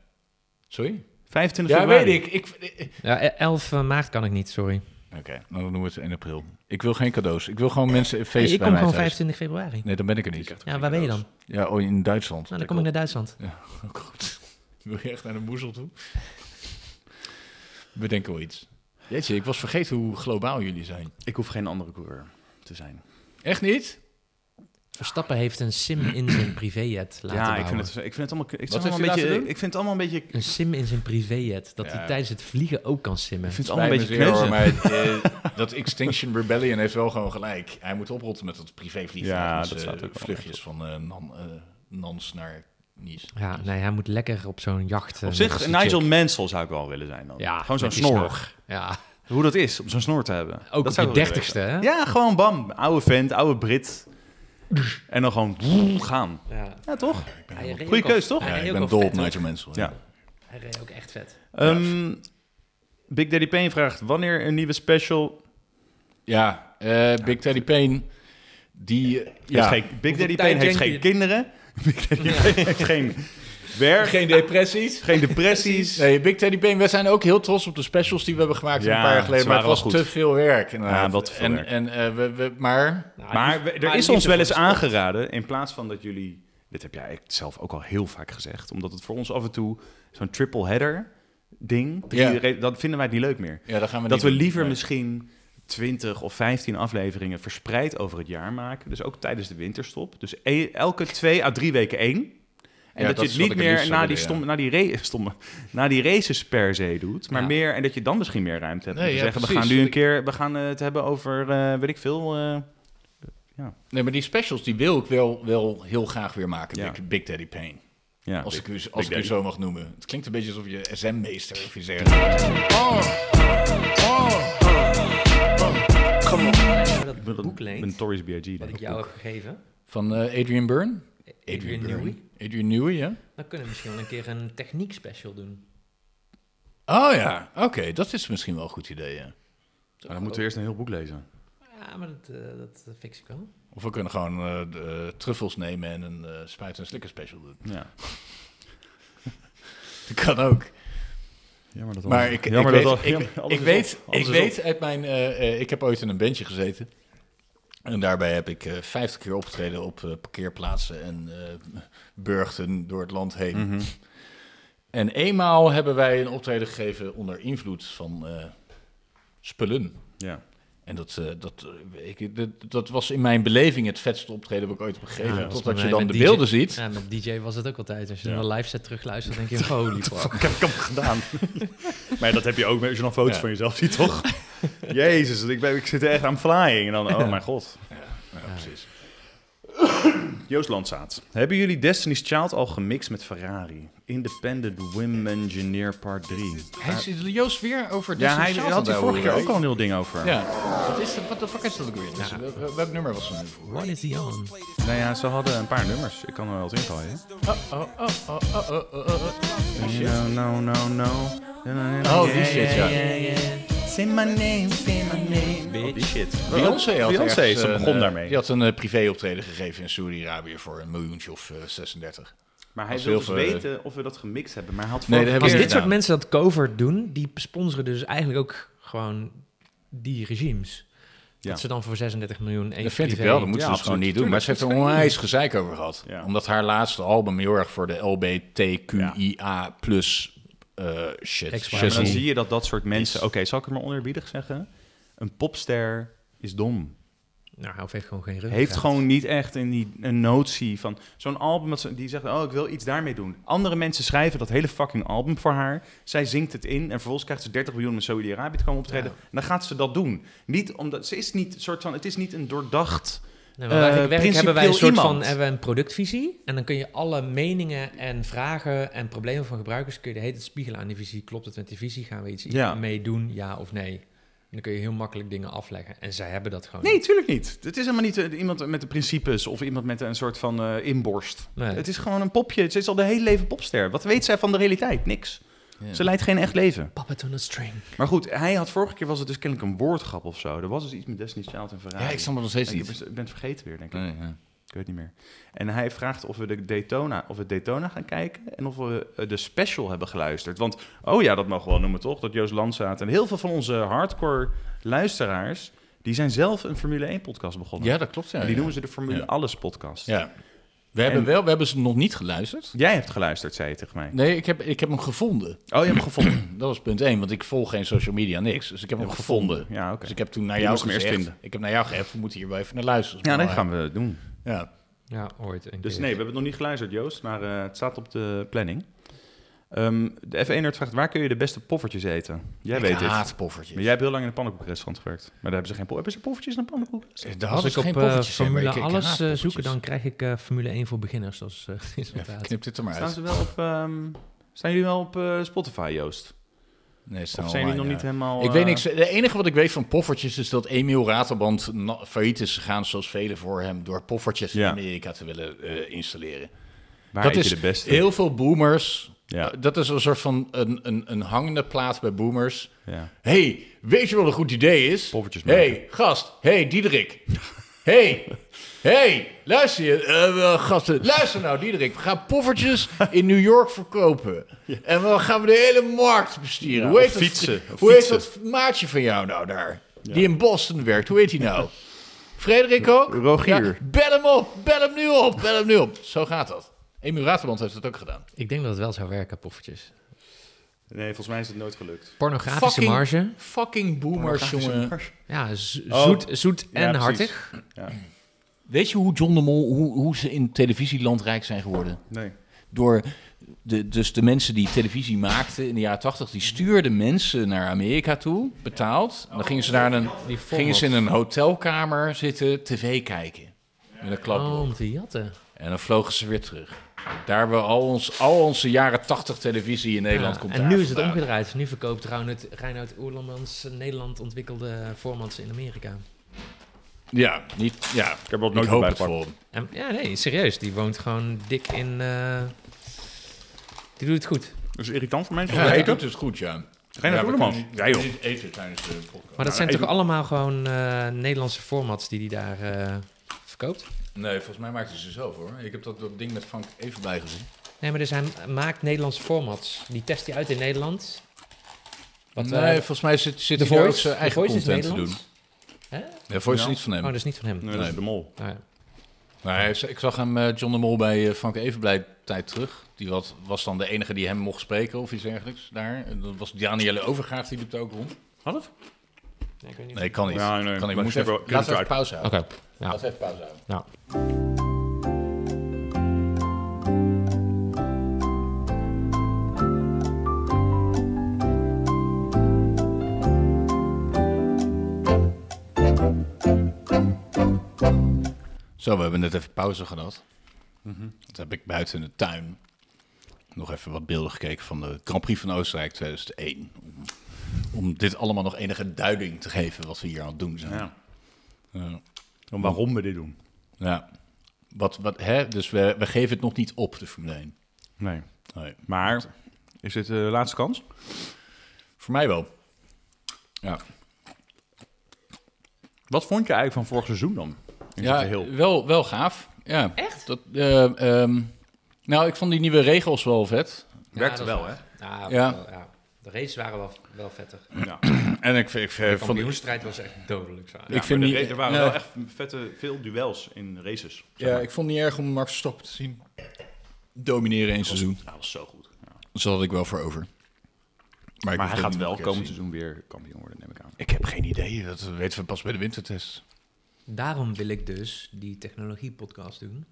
Speaker 2: Sorry?
Speaker 1: 25
Speaker 2: Ja,
Speaker 1: februari.
Speaker 2: weet ik. ik ik-
Speaker 3: Ja, eh, 11 maart kan ik niet, sorry.
Speaker 2: Oké, nou, dan doen we het 1 april. Ik wil geen cadeaus. Ik wil gewoon mensen
Speaker 3: Hey,
Speaker 2: feesten
Speaker 3: ik
Speaker 2: bij
Speaker 3: kom
Speaker 2: mij
Speaker 3: gewoon
Speaker 2: thuis.
Speaker 3: 25 februari.
Speaker 2: Nee, dan ben ik er niet.
Speaker 3: Ja, waar ben je dan? Nou,
Speaker 2: Ja, oh, in Duitsland. Oh,
Speaker 3: dan kom ik naar Duitsland.
Speaker 2: Ook goed. Wil je echt naar de moezel toe? Bedenk wel iets. Jeetje, ik was vergeten hoe globaal jullie zijn.
Speaker 1: Ik hoef geen andere coureur te zijn.
Speaker 2: Echt niet?
Speaker 3: Verstappen heeft een sim in zijn privéjet laten
Speaker 1: ja, ik
Speaker 3: bouwen.
Speaker 1: vind, het, ik vind het allemaal, ik
Speaker 2: Wat
Speaker 1: allemaal
Speaker 2: heeft
Speaker 1: een
Speaker 2: hij
Speaker 1: beetje,
Speaker 2: laten doen?
Speaker 1: ik vind het allemaal een beetje, ik
Speaker 3: Een sim in zijn privéjet. Dat hij
Speaker 2: Ja.
Speaker 3: tijdens het vliegen ook kan simmen.
Speaker 1: vind het allemaal
Speaker 2: Spijt
Speaker 1: een
Speaker 2: me
Speaker 1: beetje
Speaker 2: zeer, hoor,
Speaker 1: kneuzen.
Speaker 2: maar eh, dat Extinction Rebellion heeft wel gewoon gelijk. Hij moet oprotten met dat privévliegtuig.
Speaker 1: Ja,
Speaker 2: met,
Speaker 1: dat
Speaker 2: eh,
Speaker 1: staat ook wel
Speaker 2: Vluchtjes van eh, Nan- eh, Nans naar Nice.
Speaker 3: Ja, nee, hij moet lekker op zo'n jacht. eh,
Speaker 1: Op
Speaker 3: met
Speaker 1: zich,
Speaker 3: zijn
Speaker 1: Nigel
Speaker 3: chick.
Speaker 1: Mansell zou ik wel willen zijn dan.
Speaker 3: Ja,
Speaker 1: Gewoon zo'n
Speaker 3: met die
Speaker 1: snor.
Speaker 3: Ja,
Speaker 1: Hoe dat is, om zo'n snor te hebben.
Speaker 3: ook
Speaker 1: dat
Speaker 3: op
Speaker 1: zou
Speaker 3: je
Speaker 1: ik wel
Speaker 3: dertigste, hè?
Speaker 1: willen. Ja, gewoon bam. Oude vent, oude Brit. En dan gewoon woe, gaan.
Speaker 3: Ja.
Speaker 1: Ja, toch?
Speaker 3: Hij reed
Speaker 1: Goeie
Speaker 3: ook al-
Speaker 1: keus, toch?
Speaker 3: hij
Speaker 2: Ja,
Speaker 3: reed
Speaker 2: ik
Speaker 3: ook
Speaker 2: ben
Speaker 3: al
Speaker 2: dol
Speaker 3: vet,
Speaker 2: op Nigel Mansell.
Speaker 1: Ja.
Speaker 3: hoor. Hij reed ook echt vet.
Speaker 1: Ehm, Big Daddy Payne vraagt, wanneer een nieuwe special...
Speaker 2: Ja, eh, Big Teddy Payne, die... eh, ja,
Speaker 1: Heeft geen, Big Daddy
Speaker 3: tijd
Speaker 1: Payne heeft
Speaker 3: denk
Speaker 1: geen
Speaker 3: je-
Speaker 1: kinderen. Big Daddy Payne heeft geen Werk,
Speaker 2: Geen depressies.
Speaker 1: geen depressies.
Speaker 2: Nee, Big Teddy Bang, we zijn ook heel trots op de specials die we hebben gemaakt
Speaker 1: Ja,
Speaker 2: een paar jaar
Speaker 1: ze
Speaker 2: geleden. Maar het was
Speaker 1: waren wel
Speaker 2: te veel werk. inderdaad.
Speaker 1: Ja, wat te veel
Speaker 2: en,
Speaker 1: werk.
Speaker 2: En, eh, we, we, Ah, maar
Speaker 3: Nou,
Speaker 1: Maar
Speaker 3: lief-
Speaker 1: we- er
Speaker 3: maar
Speaker 1: is
Speaker 3: liefde
Speaker 1: ons wel
Speaker 3: voor
Speaker 1: eens
Speaker 3: de sport.
Speaker 1: aangeraden, in plaats van dat jullie... Dit heb jij echt zelf ook al heel vaak gezegd. Omdat het voor ons af en toe zo'n triple header ding... drie
Speaker 2: Ja.
Speaker 1: re- Dat vinden wij het niet leuk meer.
Speaker 2: ja, dan gaan we
Speaker 1: dat
Speaker 2: niet
Speaker 1: we
Speaker 2: doen.
Speaker 1: liever
Speaker 2: Nee.
Speaker 1: misschien 20 of 15 afleveringen verspreid over het jaar maken. Dus ook tijdens de winterstop. Dus e- elke twee à drie weken één. En
Speaker 2: Ja,
Speaker 1: dat,
Speaker 2: dat
Speaker 1: je
Speaker 2: is
Speaker 1: het
Speaker 2: wat
Speaker 1: niet
Speaker 2: ik het
Speaker 1: meer
Speaker 2: liefst
Speaker 1: na
Speaker 2: zou
Speaker 1: die,
Speaker 2: willen,
Speaker 1: stomme, na, die ra- stomme, na die races per se doet. Maar
Speaker 3: Ja.
Speaker 1: meer, en dat je dan misschien meer ruimte hebt. om
Speaker 2: Nee,
Speaker 1: te
Speaker 2: ja,
Speaker 1: zeggen, we
Speaker 2: precies.
Speaker 1: gaan nu een keer we gaan, eh, het hebben over, eh, weet ik veel. eh,
Speaker 2: Nee, maar die specials die wil ik wel, wel heel graag weer maken.
Speaker 1: Ja.
Speaker 2: Big, Big Daddy Pain.
Speaker 1: ja,
Speaker 2: Als
Speaker 1: dit-
Speaker 2: ik, u, als ik u
Speaker 1: Daddy.
Speaker 2: zo mag noemen. Het klinkt een beetje alsof je SM-meester of je zegt. Oh, oh.
Speaker 3: Zou dat
Speaker 1: ik ben,
Speaker 3: boek
Speaker 1: ik ben
Speaker 3: leent,
Speaker 1: Tories B.I.G.
Speaker 3: wat
Speaker 1: denk
Speaker 3: ik
Speaker 1: ik.
Speaker 3: jou heb gegeven,
Speaker 2: Van eh, Adrian Byrne?
Speaker 3: Adrian
Speaker 2: Byrne.
Speaker 3: Newey,
Speaker 2: Adrian Newey, ja.
Speaker 3: dan kunnen we misschien wel een keer een techniek special doen.
Speaker 2: Oh ja, oké. dat is misschien wel een goed idee, ja.
Speaker 1: Maar dan moeten we eerst een heel boek lezen.
Speaker 3: Ja, maar dat, eh, dat eh, fix ik wel.
Speaker 2: Of we kunnen gewoon eh, de, eh, truffels nemen en een eh spuit- en slikker special doen.
Speaker 1: Ja.
Speaker 2: Dat kan ook.
Speaker 1: Jammer dat
Speaker 2: Maar ik, ik
Speaker 1: Jammer
Speaker 2: weet,
Speaker 1: dat al-
Speaker 2: ik,
Speaker 1: jammer, alles
Speaker 2: ik
Speaker 1: is
Speaker 2: weet,
Speaker 1: op.
Speaker 2: ik
Speaker 1: Alles is op.
Speaker 2: weet uit mijn... eh, eh, ik heb ooit in een bandje gezeten. En daarbij heb ik eh 50 keer opgetreden op eh, parkeerplaatsen en eh, burchten door het land heen.
Speaker 1: Mhm.
Speaker 2: En eenmaal hebben wij een optreden gegeven onder invloed van eh, spullen.
Speaker 1: Ja.
Speaker 2: En dat, eh, dat, eh, ik, dat, dat was in mijn beleving het vetste optreden dat ik ooit heb gegeven.
Speaker 3: Ja, dat was
Speaker 2: Totdat
Speaker 3: bij
Speaker 2: je
Speaker 3: mij
Speaker 2: dan de
Speaker 3: met DJ.
Speaker 2: beelden ziet.
Speaker 3: Ja, met DJ was het ook altijd. Als je
Speaker 1: Ja.
Speaker 3: naar een live set terugluistert, denk je, holy fuck.
Speaker 1: Ik heb hem gedaan. maar ja, dat heb je ook als je dan foto's
Speaker 2: Ja.
Speaker 1: van jezelf ziet, toch? Jezus, ik, ben, ik zit er echt aan flying. En dan, oh mijn god.
Speaker 2: Ja, precies.
Speaker 1: Joost Landzaat. Hebben jullie Destiny's Child al gemixt met Ferrari? Independent Women Engineer Part 3.
Speaker 2: Hij is Joost weer over
Speaker 1: Ja, hij
Speaker 2: Destiny's Child
Speaker 1: had hier
Speaker 2: aan
Speaker 1: vorige
Speaker 2: het
Speaker 1: keer
Speaker 2: ouwe
Speaker 1: ook al een heel ding over.
Speaker 2: Ja, wat is dat? Wat de fuck is dat ook weer? Dus,
Speaker 3: Ja.
Speaker 2: wel- wel- welk nummer was dat nu voor?
Speaker 3: What is he on?
Speaker 1: Nou ja, ze hadden een paar nummers. Ik kan er wel wat in gooien.
Speaker 2: Oh, oh, oh, oh, oh, oh, oh, oh.
Speaker 1: No, no, no, no.
Speaker 2: Oh, die shit, ja.
Speaker 1: Say my name, say my name. Oh, die shit.
Speaker 2: Beyoncé had
Speaker 1: Beyoncé,
Speaker 2: ergens
Speaker 1: ze
Speaker 2: een,
Speaker 1: begon
Speaker 2: eh,
Speaker 1: daarmee.
Speaker 2: Die had een eh, privéoptreden gegeven in Saudi-Arabië voor een miljoentje of eh, 36.
Speaker 1: Maar hij
Speaker 2: was
Speaker 1: wil dus
Speaker 2: heel veel-
Speaker 1: weten of we dat gemixt hebben. Maar hij had
Speaker 2: Nee,
Speaker 1: vorige
Speaker 2: dat
Speaker 1: keer-
Speaker 3: Als
Speaker 2: Keer
Speaker 3: dit soort
Speaker 2: gedaan.
Speaker 3: mensen dat cover doen, die sponsoren dus eigenlijk ook gewoon die regimes.
Speaker 1: Ja.
Speaker 3: Dat ze dan voor 36 miljoen één
Speaker 2: Dat vind ik
Speaker 3: privé-
Speaker 2: wel, dat moeten
Speaker 1: Ja,
Speaker 2: ze dus gewoon
Speaker 1: absoluut.
Speaker 2: niet doen. Maar ze heeft er onwijs gezeik over gehad.
Speaker 1: Ja.
Speaker 2: Omdat haar laatste album heel erg voor de LBTQIA plus eh, shit.
Speaker 3: Extra.
Speaker 1: Maar
Speaker 2: shit
Speaker 1: dan
Speaker 3: Precies.
Speaker 1: zie je dat dat soort mensen... Oké, zal ik het maar onerbiedig zeggen? Een popster is dom.
Speaker 3: Nou, of heeft gewoon geen rug.
Speaker 1: Heeft gewoon niet echt een, die- een notie van... Zo'n album dat ze- die zegt, oh, ik wil iets daarmee doen. Andere mensen schrijven dat hele fucking album voor haar. Zij zingt het in en vervolgens krijgt ze 30 miljoen om in Saudi-Arabië te komen optreden. En dan gaat ze dat doen. Niet omdat... Ze is niet soort van... Het is niet een doordacht...
Speaker 3: Nee, maar wij-
Speaker 1: eh,
Speaker 3: werk hebben wij een soort
Speaker 1: principieel
Speaker 3: van
Speaker 1: iemand.
Speaker 3: hebben we een productvisie. En dan kun je alle meningen en vragen en problemen van gebruikers... kun je de hele tijd spiegelen aan die visie. Klopt het met die visie? Gaan we iets
Speaker 1: Ja.
Speaker 3: mee doen? Ja of nee? En dan kun je heel makkelijk dingen afleggen. En zij hebben
Speaker 2: Oh,
Speaker 3: dat gewoon
Speaker 1: Nee,
Speaker 3: niet.
Speaker 1: tuurlijk niet. Het is helemaal niet eh, iemand met de principes of iemand met een soort van eh, inborst.
Speaker 3: Nee.
Speaker 1: Het is gewoon een popje. Ze is al de hele leven popster. Wat weet zij van de realiteit? Niks.
Speaker 2: Ja.
Speaker 1: Ze leidt geen echt leven.
Speaker 3: Puppet on a string.
Speaker 1: Maar goed, hij had vorige keer was het dus kennelijk een woordgrap of zo. Er was dus iets met Destiny's Child en Ferrari.
Speaker 2: Ja, ik snap het nog steeds
Speaker 1: Ik
Speaker 2: niet.
Speaker 1: ben- Ik ben het vergeten weer, denk ik.
Speaker 2: Nee, ja.
Speaker 1: Ik weet het niet meer. En hij vraagt of we de Daytona, of we Daytona gaan kijken en of we eh, de special hebben geluisterd. Want, oh ja, dat mogen we wel noemen, toch? Dat Joost Landzaat en heel veel van onze hardcore luisteraars, die zijn zelf een Formule 1-podcast begonnen.
Speaker 2: Ja, dat klopt. Ja,
Speaker 1: En die
Speaker 2: ja.
Speaker 1: noemen ze de Formule
Speaker 2: Ja.
Speaker 1: Alles podcast.
Speaker 2: Ja. We hebben,
Speaker 1: En-
Speaker 2: wel, we hebben ze nog niet geluisterd.
Speaker 1: Jij hebt geluisterd, zei je tegen mij.
Speaker 2: Nee, ik heb, ik heb hem gevonden.
Speaker 1: Oh, je hebt hem gevonden.
Speaker 2: Dat was punt 1, want ik volg geen social media, niks. Dus ik heb hem gevonden.
Speaker 1: Ja, oké.
Speaker 2: Dus ik heb toen naar
Speaker 1: Je
Speaker 2: jou
Speaker 1: moest hem eerst
Speaker 2: gezegd.
Speaker 1: vinden.
Speaker 2: Ik heb naar jou geappt, we moeten hier wel even naar luisteren.
Speaker 1: Ja, dat gaan we doen.
Speaker 2: Ja.
Speaker 3: Ja, ooit een
Speaker 1: Dus nee,
Speaker 3: keer.
Speaker 1: we hebben het nog niet geluisterd, Joost, maar eh, het staat op de planning. Ehm, de F1-nerd vraagt, waar kun je de beste poffertjes eten? Jij
Speaker 2: Ik
Speaker 1: weet dit.
Speaker 2: haat poffertjes.
Speaker 1: Maar jij hebt heel lang in een pannenkoekrestaurant gewerkt. Maar daar hebben ze geen po- hebben ze poffertjes in een pannenkoek?
Speaker 2: Eh, Daar
Speaker 3: Als
Speaker 2: hadden
Speaker 3: ik
Speaker 2: ze geen
Speaker 3: op eh,
Speaker 2: poffertjes in, maar
Speaker 3: Formule
Speaker 2: ik- ik haat
Speaker 3: Alles eh,
Speaker 2: poffertjes.
Speaker 3: zoeken, dan krijg ik eh, Formule 1 voor beginners als eh,
Speaker 2: Ja,
Speaker 3: resultaat.
Speaker 2: knip dit er maar
Speaker 1: Staan
Speaker 2: uit.
Speaker 1: ze wel op... ehm, staan jullie wel op eh, Spotify, Joost?
Speaker 2: Nee, staan
Speaker 1: Of zijn jullie nog niet
Speaker 2: online, ja.
Speaker 1: helemaal...
Speaker 2: Oh Ik weet
Speaker 1: eh,
Speaker 2: niks. De enige wat ik weet van poffertjes is dat Emiel Raterband na- failliet is gegaan, zoals velen voor hem, door poffertjes
Speaker 1: Ja.
Speaker 2: in Amerika te willen eh, installeren.
Speaker 1: Waar
Speaker 2: dat
Speaker 1: eet
Speaker 2: is
Speaker 1: je de beste?
Speaker 2: Heel veel boomers.
Speaker 1: Ja.
Speaker 2: eh, Dat is een soort van een, een, een hangende plaat bij boomers.
Speaker 1: Ja.
Speaker 2: Hé, hey, weet je wat een goed idee is?
Speaker 1: Poffertjes
Speaker 2: Hé,
Speaker 1: maken.
Speaker 2: hey, gast. Hé, hey, Diederik. hey, hey, luister je, eh, wel, gasten, luister nou, Diederik. We gaan poffertjes in New York verkopen. En we gaan we de hele markt bestieren.
Speaker 1: Ja,
Speaker 2: hoe
Speaker 1: of
Speaker 2: heet dat,
Speaker 1: fietsen, of
Speaker 2: hoe heet dat
Speaker 1: fietsen.
Speaker 2: maatje van jou nou daar? Die in Boston werkt, hoe heet hij nou? Frederik ook?
Speaker 4: Rogier.
Speaker 2: bel hem op, bel hem nu op, bel hem nu op. Zo gaat dat. Emu Raterband heeft het ook gedaan.
Speaker 3: Ik denk dat het wel zou werken, poffertjes.
Speaker 1: Nee, volgens mij is het nooit gelukt.
Speaker 3: Pornografische
Speaker 2: Fucking-
Speaker 3: marge.
Speaker 2: Fucking boomers, jongen.
Speaker 3: Ja, z-
Speaker 1: Oh.
Speaker 3: zoet, zoet en
Speaker 1: precies.
Speaker 3: hartig.
Speaker 2: Weet je hoe John de Mol, hoe, hoe ze in televisieland rijk zijn geworden?
Speaker 1: Nee.
Speaker 2: Door de, dus de mensen die televisie maakten in de jaren 80, die stuurden mensen naar Amerika toe, betaald. En dan gingen ze, daar in een,
Speaker 3: Die
Speaker 2: gingen ze in een hotelkamer zitten, tv kijken. Met een klap.
Speaker 3: Oh, om te jatten.
Speaker 2: En dan vlogen ze weer terug. Daar hebben we al, ons, al onze jaren 80 televisie in Nederland
Speaker 3: Ja,
Speaker 2: komt
Speaker 3: en
Speaker 2: daar
Speaker 3: nu is het
Speaker 2: vandaan.
Speaker 3: omgedraaid. Nu verkoopt Reinhard, Reinhard Oerlemans eh, Nederland ontwikkelde voormans in Amerika.
Speaker 2: Ja, niet, ja. Ik
Speaker 1: Ik heb dat nooit
Speaker 2: nooit hoop het
Speaker 1: bijgepakt.
Speaker 2: voor hem.
Speaker 3: En, ja, nee, serieus. Die woont gewoon dik in... eh, die doet het goed.
Speaker 1: Dat is irritant voor mensen.
Speaker 2: Ja,
Speaker 1: om
Speaker 2: hij
Speaker 1: te
Speaker 2: doet
Speaker 1: eten.
Speaker 2: het goed, ja.
Speaker 1: Geen
Speaker 2: ja, we
Speaker 1: Roelemans.
Speaker 2: kunnen niet-
Speaker 1: Ja, joh.
Speaker 2: niet eten tijdens de podcast.
Speaker 3: Maar dat
Speaker 1: Nou,
Speaker 3: zijn
Speaker 1: ik-
Speaker 3: toch allemaal gewoon eh, Nederlandse formats die hij daar eh, verkoopt?
Speaker 2: Nee, volgens mij maakte ze zelf hoor. Ik heb dat, dat ding met Frank even bijgezien.
Speaker 3: Nee, maar dus hij maakt Nederlandse formats. Die test hij uit in Nederland. Wat,
Speaker 2: nee,
Speaker 3: eh,
Speaker 2: volgens mij zit, zit
Speaker 3: The
Speaker 2: hij daar ook
Speaker 3: Voice?
Speaker 2: zijn
Speaker 3: The
Speaker 2: eigen
Speaker 3: Voice is
Speaker 2: content te doen.
Speaker 3: Nederlands.
Speaker 2: De Voice is
Speaker 1: Ja.
Speaker 2: niet van hem.
Speaker 3: Oh, dat is niet van hem.
Speaker 1: Nee, dat is de mol.
Speaker 3: Nou ja.
Speaker 2: Maar hij is- ik zag hem, eh, John de Mol, bij eh, Frank Evenblij tijd terug. Die wat, was dan de enige die hem mocht spreken of iets dergelijks daar. En dat was Danielle Overgaaf, die doet het ook rond.
Speaker 1: Had het?
Speaker 3: Nee, ik weet niet.
Speaker 2: Nee, kan niet.
Speaker 1: Ja, nee,
Speaker 2: kan niet.
Speaker 1: maar
Speaker 2: Moet
Speaker 1: ze
Speaker 2: even,
Speaker 1: hebben-
Speaker 2: laten
Speaker 1: kunnen
Speaker 2: we even pauze houden.
Speaker 3: Oké, nou,
Speaker 2: Laten we even pauze houden.
Speaker 3: nou.
Speaker 2: Zo, we hebben net even pauze gehad. Toen heb ik buiten in de tuin nog even wat beelden gekeken van de Grand Prix van Oostenrijk 2001. Om, om dit allemaal nog enige duiding te geven wat we hier aan het doen zijn. Ja.
Speaker 1: Ja. En waarom we dit doen?
Speaker 2: ja. Wat, wat, hè? Dus we, we geven het nog niet op, de Formule 1.
Speaker 1: Nee.
Speaker 2: Nee.
Speaker 1: Maar is dit eh, de laatste kans?
Speaker 2: Voor mij wel. Ja,
Speaker 1: Wat vond je eigenlijk van vorig seizoen dan? In zijn
Speaker 2: ja
Speaker 1: geheel?
Speaker 2: wel, wel gaaf. Ja.
Speaker 3: Echt?
Speaker 2: Dat, eh, ehm, nou, ik vond die nieuwe regels wel vet.
Speaker 1: Werkte
Speaker 3: Ja, dat
Speaker 1: wel,
Speaker 3: is Ja,
Speaker 2: Ja.
Speaker 3: wel, ja. De races waren wel, wel vettig.
Speaker 1: Ja.
Speaker 2: En ik, ik, ik,
Speaker 3: De
Speaker 2: vond, ik,
Speaker 3: kampioenstrijd was echt dodelijk saai.
Speaker 2: Ik vind
Speaker 1: maar
Speaker 2: die-
Speaker 1: de ra- er waren
Speaker 2: ja.
Speaker 1: wel echt vette, veel duels in races. zeg
Speaker 2: ja,
Speaker 1: maar.
Speaker 2: ik vond het niet erg om Max Verstappen te zien domineren in een seizoen.
Speaker 1: Ja, dat was zo goed. Ja.
Speaker 2: Zo had ik wel voor over. ik
Speaker 1: Maar
Speaker 2: hoef
Speaker 1: hij
Speaker 2: dat
Speaker 1: gaat
Speaker 2: niet
Speaker 1: wel
Speaker 2: nog een keer
Speaker 1: komend
Speaker 2: te zien.
Speaker 1: seizoen weer kampioen worden, neem ik aan.
Speaker 2: Ik heb geen idee, dat weten we pas bij de wintertest.
Speaker 3: Daarom wil ik dus die technologie-podcast doen.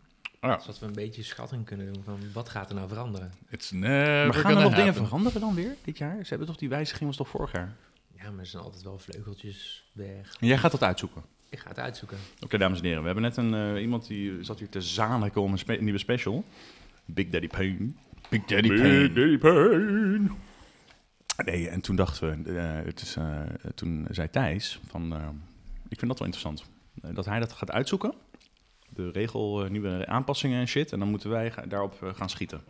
Speaker 2: Oh Ja.
Speaker 3: Zodat we een beetje schatting kunnen doen van wat gaat er nou veranderen.
Speaker 2: It's never
Speaker 1: maar gaan
Speaker 2: gonna
Speaker 1: er nog dingen
Speaker 2: happen.
Speaker 1: veranderen dan weer dit jaar? Ze hebben toch die wijziging was toch vorig jaar?
Speaker 3: Ja, maar er zijn altijd wel vleugeltjes weg.
Speaker 1: Jij gaat dat uitzoeken.
Speaker 3: Ik ga het uitzoeken.
Speaker 1: Oké, dames en heren. We hebben net een, eh, iemand die zat hier te zaniken om een, spe- nieuwe special. Big Daddy Pain.
Speaker 2: Big Daddy
Speaker 1: Big
Speaker 2: Pain.
Speaker 1: Daddy Pain. Nee, en toen dachten we, eh, het is, eh, toen zei Thijs van, eh, ik vind dat wel interessant. Eh, dat hij dat gaat uitzoeken. De regel, eh, nieuwe aanpassingen en shit. En dan moeten wij ga- daarop eh, gaan schieten.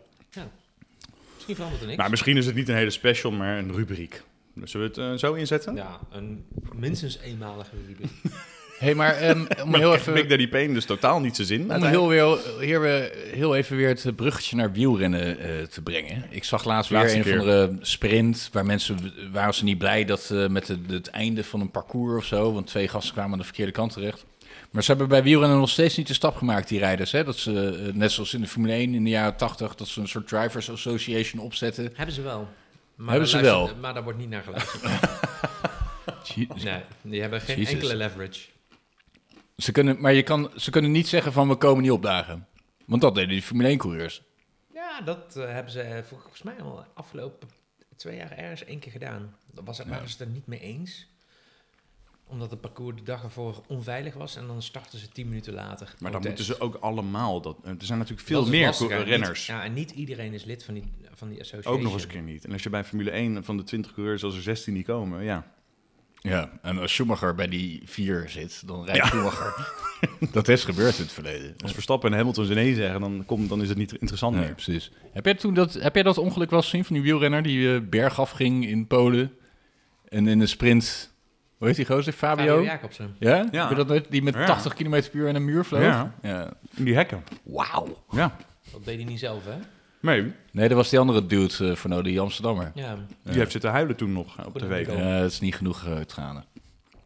Speaker 3: Misschien verandert er niks.
Speaker 1: Nou, misschien is het niet een hele special, maar een rubriek. Dus Zullen we het eh, zo inzetten?
Speaker 3: ja, een minstens eenmalige rubriek.
Speaker 2: hey, maar ehm, om heel
Speaker 1: Krijgt Big
Speaker 2: even...
Speaker 1: Daddy Pain dus totaal niet zijn zin.
Speaker 2: Om heel, weer, hier, weer- heel even weer het bruggetje naar wielrennen eh, te brengen. Ik zag laatst weer
Speaker 1: Laatste
Speaker 2: een
Speaker 1: keer.
Speaker 2: van de sprint waar mensen waren ze niet blij dat eh, met het, het einde van een parcours of zo, want twee gasten kwamen aan de verkeerde kant terecht. Maar ze hebben bij wielrennen nog steeds niet de stap gemaakt, die rijders. Hè? Dat ze, eh, net zoals in de Formule 1 in de jaren 80, dat ze een soort drivers association opzetten.
Speaker 3: Hebben ze wel. Maar
Speaker 2: Hebben
Speaker 3: daar
Speaker 2: ze
Speaker 3: luistert-
Speaker 2: wel.
Speaker 3: Maar daar wordt niet naar geluisterd. Nee, die hebben geen
Speaker 2: Jezus.
Speaker 3: enkele leverage.
Speaker 2: Ze kunnen, maar je kan, ze kunnen niet zeggen van we komen niet opdagen. Want dat deden die Formule 1 coureurs.
Speaker 3: Ja, dat eh, hebben ze volgens mij al afgelopen twee jaar ergens één keer gedaan. Dat was, waren ze het er niet mee eens. Omdat het parcours de dag ervoor onveilig was. en dan starten ze tien minuten later.
Speaker 1: Maar dan
Speaker 3: Protest.
Speaker 1: moeten ze ook allemaal dat. eh, Er zijn natuurlijk
Speaker 3: Dat
Speaker 1: veel
Speaker 3: is
Speaker 1: meer
Speaker 3: lastiger.
Speaker 1: coureur- renners.
Speaker 3: Niet- ja, en niet iedereen is lid van die, van die association.
Speaker 1: Ook nog eens een keer niet. En als je bij Formule 1 van de 20 coureurs als er 16 niet komen, ja.
Speaker 2: Ja, en als Schumacher bij die vier zit, dan rijdt Schumacher. dat is gebeurd in het verleden.
Speaker 1: Als Verstappen en Hamilton ze nee zeggen, dan, komt, dan is het niet interessant
Speaker 2: Nee,
Speaker 1: meer.
Speaker 2: precies. Heb jij, toen dat, heb jij dat ongeluk wel eens gezien van die wielrenner die eh bergaf ging in Polen en in de sprint Hoe heet die gozer? Fabio?
Speaker 3: Fabio Jacobsen.
Speaker 2: Ja?
Speaker 1: Ja.
Speaker 2: Heb je dat nooit? Die met
Speaker 1: Ja.
Speaker 2: 80 km per uur in een muur vloog?
Speaker 1: Ja.
Speaker 2: ja.
Speaker 1: In die hekken.
Speaker 2: Wauw.
Speaker 1: Ja.
Speaker 3: Dat deed hij niet zelf, hè?
Speaker 1: Nee,
Speaker 2: Nee, dat was die andere dude eh, voor nodig, die Amsterdammer.
Speaker 3: Ja.
Speaker 1: die heeft zitten huilen toen nog op de
Speaker 3: Goedemiddag.
Speaker 1: week.
Speaker 2: Eh, het is niet genoeg eh, tranen.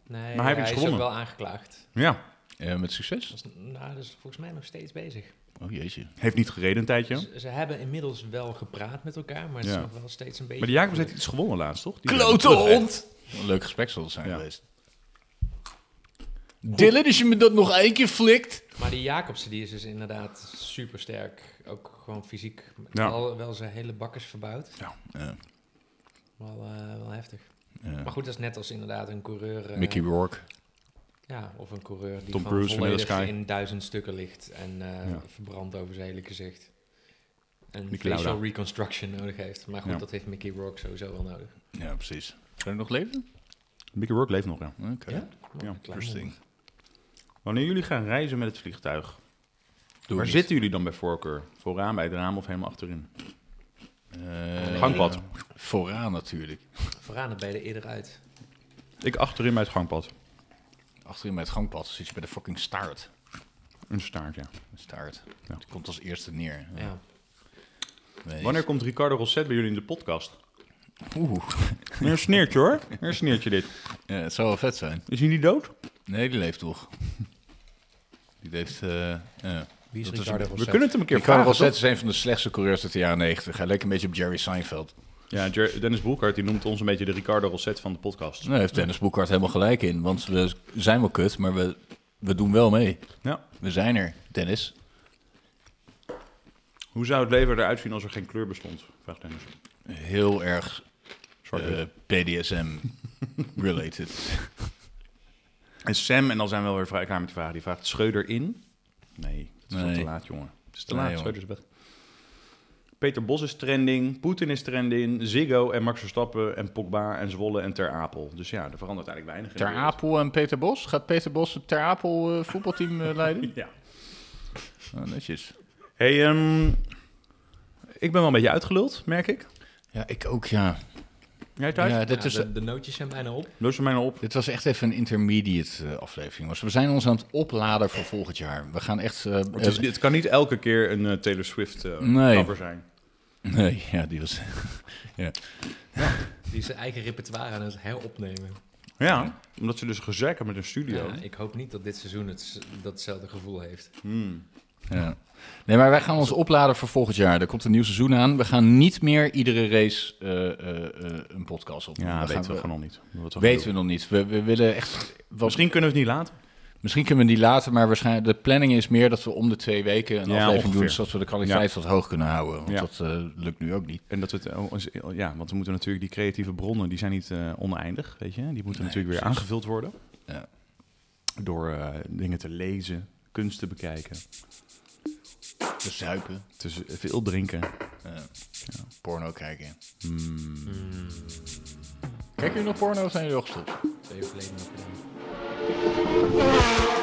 Speaker 3: Nee,
Speaker 1: Maar hij heeft iets
Speaker 3: is
Speaker 1: gewonnen.
Speaker 3: ook wel aangeklaagd.
Speaker 1: Ja.
Speaker 2: Eh, met succes?
Speaker 3: Dat is, nou, dat is volgens mij nog steeds bezig.
Speaker 2: Oh jeetje.
Speaker 1: Heeft niet gereden een tijdje.
Speaker 3: Ze- Ze hebben inmiddels wel gepraat met elkaar, maar het
Speaker 1: Ja.
Speaker 3: is nog wel steeds een beetje...
Speaker 1: Maar die Jacobs heeft iets gewonnen laatst, toch? Die
Speaker 2: Klote
Speaker 1: terug, hè?
Speaker 2: hond! Wat een leuk gesprek zal het zijn
Speaker 1: Ja.
Speaker 2: geweest. Dylan, als je me dat nog één keer flikt.
Speaker 3: Maar die Jacobsen die is dus inderdaad super sterk. Ook gewoon fysiek.
Speaker 1: Ja.
Speaker 3: Wel, wel zijn hele bakkers verbouwd.
Speaker 2: Ja.
Speaker 3: Wel, eh, wel heftig.
Speaker 2: Ja.
Speaker 3: Maar goed, dat is net als inderdaad een coureur. eh,
Speaker 2: Mickey Rourke.
Speaker 3: Ja, of een coureur die
Speaker 1: Tom
Speaker 3: gewoon
Speaker 1: Cruise, Vanilla
Speaker 3: volledig
Speaker 1: Sky.
Speaker 3: in duizend stukken ligt en eh,
Speaker 1: Ja.
Speaker 3: verbrand over zijn hele gezicht. En
Speaker 1: Niki
Speaker 3: facial
Speaker 1: Lauda.
Speaker 3: reconstruction nodig heeft. Maar goed,
Speaker 1: Ja.
Speaker 3: dat heeft Mickey Rourke sowieso wel nodig.
Speaker 2: Ja, precies. Zou hij nog leven?
Speaker 1: Mickey Rourke leeft nog, ja.
Speaker 2: Oké.
Speaker 3: Ja?
Speaker 1: Ja,
Speaker 3: Klein
Speaker 2: Interesting.
Speaker 1: Wanneer jullie gaan reizen met het vliegtuig,
Speaker 2: Doe
Speaker 1: waar
Speaker 2: niet.
Speaker 1: zitten jullie dan bij voorkeur? Vooraan, bij het raam of helemaal achterin?
Speaker 2: Eh,
Speaker 1: Gangpad.
Speaker 2: Vooraan natuurlijk.
Speaker 3: wonder. Vooraan dan ben je er eerder uit.
Speaker 1: Ik achterin bij het gangpad.
Speaker 2: Achterin bij het gangpad zit je bij de fucking staart.
Speaker 1: Een staart, ja.
Speaker 2: Staart.
Speaker 1: Ja.
Speaker 2: Die komt als eerste neer.
Speaker 3: Ja.
Speaker 2: Nee.
Speaker 1: Wanneer komt Ricardo Rosset bij jullie in de podcast?
Speaker 2: Oeh.
Speaker 1: Weer een sneertje hoor. Weer een sneertje dit.
Speaker 2: Ja, het zou wel vet zijn.
Speaker 1: Is hij niet dood?
Speaker 2: Nee, die leeft toch. Die leeft... eh ja.
Speaker 3: Wie is
Speaker 2: Dat is
Speaker 3: Ricardo
Speaker 1: We
Speaker 3: Rosset?
Speaker 1: kunnen het hem een keer
Speaker 2: Ricardo
Speaker 1: vragen.
Speaker 2: Rosset is een van de slechtste coureurs uit de jaren 90. Hij leek een beetje op Jerry Seinfeld.
Speaker 1: toch? Ja, Jer- Dennis Boelkart die noemt ons een beetje de Ricardo Rosset van de podcast.
Speaker 2: Nou, daar heeft Dennis Boekhart helemaal gelijk in. Want we zijn wel kut, maar we, we doen wel mee.
Speaker 1: Ja.
Speaker 2: We zijn er, Dennis.
Speaker 1: Hoe zou het leven eruit zien als er geen kleur bestond? Vraagt Dennis.
Speaker 2: Heel erg
Speaker 1: Zwart.
Speaker 2: Eh, PDSM-related.
Speaker 1: En Sam, en dan zijn we wel weer vrij klaar met de vraag. Die vraagt Schreuder in? Nee, het is al
Speaker 2: Nee.
Speaker 1: te laat, jongen. Het is te
Speaker 2: Nee,
Speaker 1: laat,
Speaker 2: jongen.
Speaker 1: Schreuder is weg. Peter Bos is trending, Poetin is trending, Ziggo en Max Verstappen en Pogba en Zwolle en Ter Apel. Dus ja, er verandert eigenlijk weinig. in
Speaker 2: Ter
Speaker 1: de wereld.
Speaker 2: Apel en Peter Bos. Gaat Peter Bos het Ter Apel eh, voetbalteam eh, leiden?
Speaker 1: Ja.
Speaker 2: Ah, netjes.
Speaker 1: Hey, ehm, ik ben wel een beetje uitgeluld, merk ik.
Speaker 2: Ja, ik ook, ja.
Speaker 1: Jij thuis?
Speaker 2: ja
Speaker 3: Ja,
Speaker 2: dit, is,
Speaker 3: de, de nootjes zijn bijna op.
Speaker 1: Los je mij nou op.
Speaker 2: dit was echt even een intermediate eh, aflevering. jongens. we zijn ons aan het opladen voor volgend jaar. We gaan echt... eh,
Speaker 1: Het, is, het kan niet elke keer een eh, Taylor Swift eh,
Speaker 2: Nee.
Speaker 1: cover zijn.
Speaker 2: Nee, ja, die was...
Speaker 3: Die zijn eigen repertoire aan het heropnemen.
Speaker 1: Ja, omdat ze dus gezegd hebben met een studio.
Speaker 3: Ja, Eh, ik hoop niet dat dit seizoen het, datzelfde gevoel heeft.
Speaker 1: Hmm.
Speaker 2: Ja. Nee, maar wij gaan ons opladen voor volgend jaar. Er komt een nieuw seizoen aan. We gaan niet meer iedere race eh, eh, eh, een podcast opnemen.
Speaker 1: Ja,
Speaker 2: We
Speaker 1: weten
Speaker 2: gaan-
Speaker 1: we gewoon nog niet. Wat we
Speaker 2: Weten
Speaker 1: gaan
Speaker 2: we nog niet. We, we willen echt...
Speaker 1: doen. Misschien kunnen we het niet laten.
Speaker 2: Misschien kunnen we die later, maar waarschijnlijk de planning is meer dat we om de twee weken een
Speaker 1: Ja,
Speaker 2: aflevering doen,
Speaker 1: ongeveer.
Speaker 2: zodat we de kwaliteit wat hoog kunnen houden. Want
Speaker 1: Ja.
Speaker 2: dat eh, lukt nu ook niet.
Speaker 1: En dat we het, oh, ons- ja, want we moeten natuurlijk die creatieve bronnen, die zijn niet eh, oneindig, weet je. Die moeten natuurlijk weer aangevuld worden.
Speaker 2: Ja.
Speaker 1: Door eh, dingen te lezen, kunst te bekijken,
Speaker 2: Te zuipen,
Speaker 1: te z- veel drinken.
Speaker 2: porno kijken.
Speaker 1: Mm.
Speaker 2: Kijken jullie nog porno of zijn jullie al gestopt?
Speaker 3: Twee verleden nog gedaan.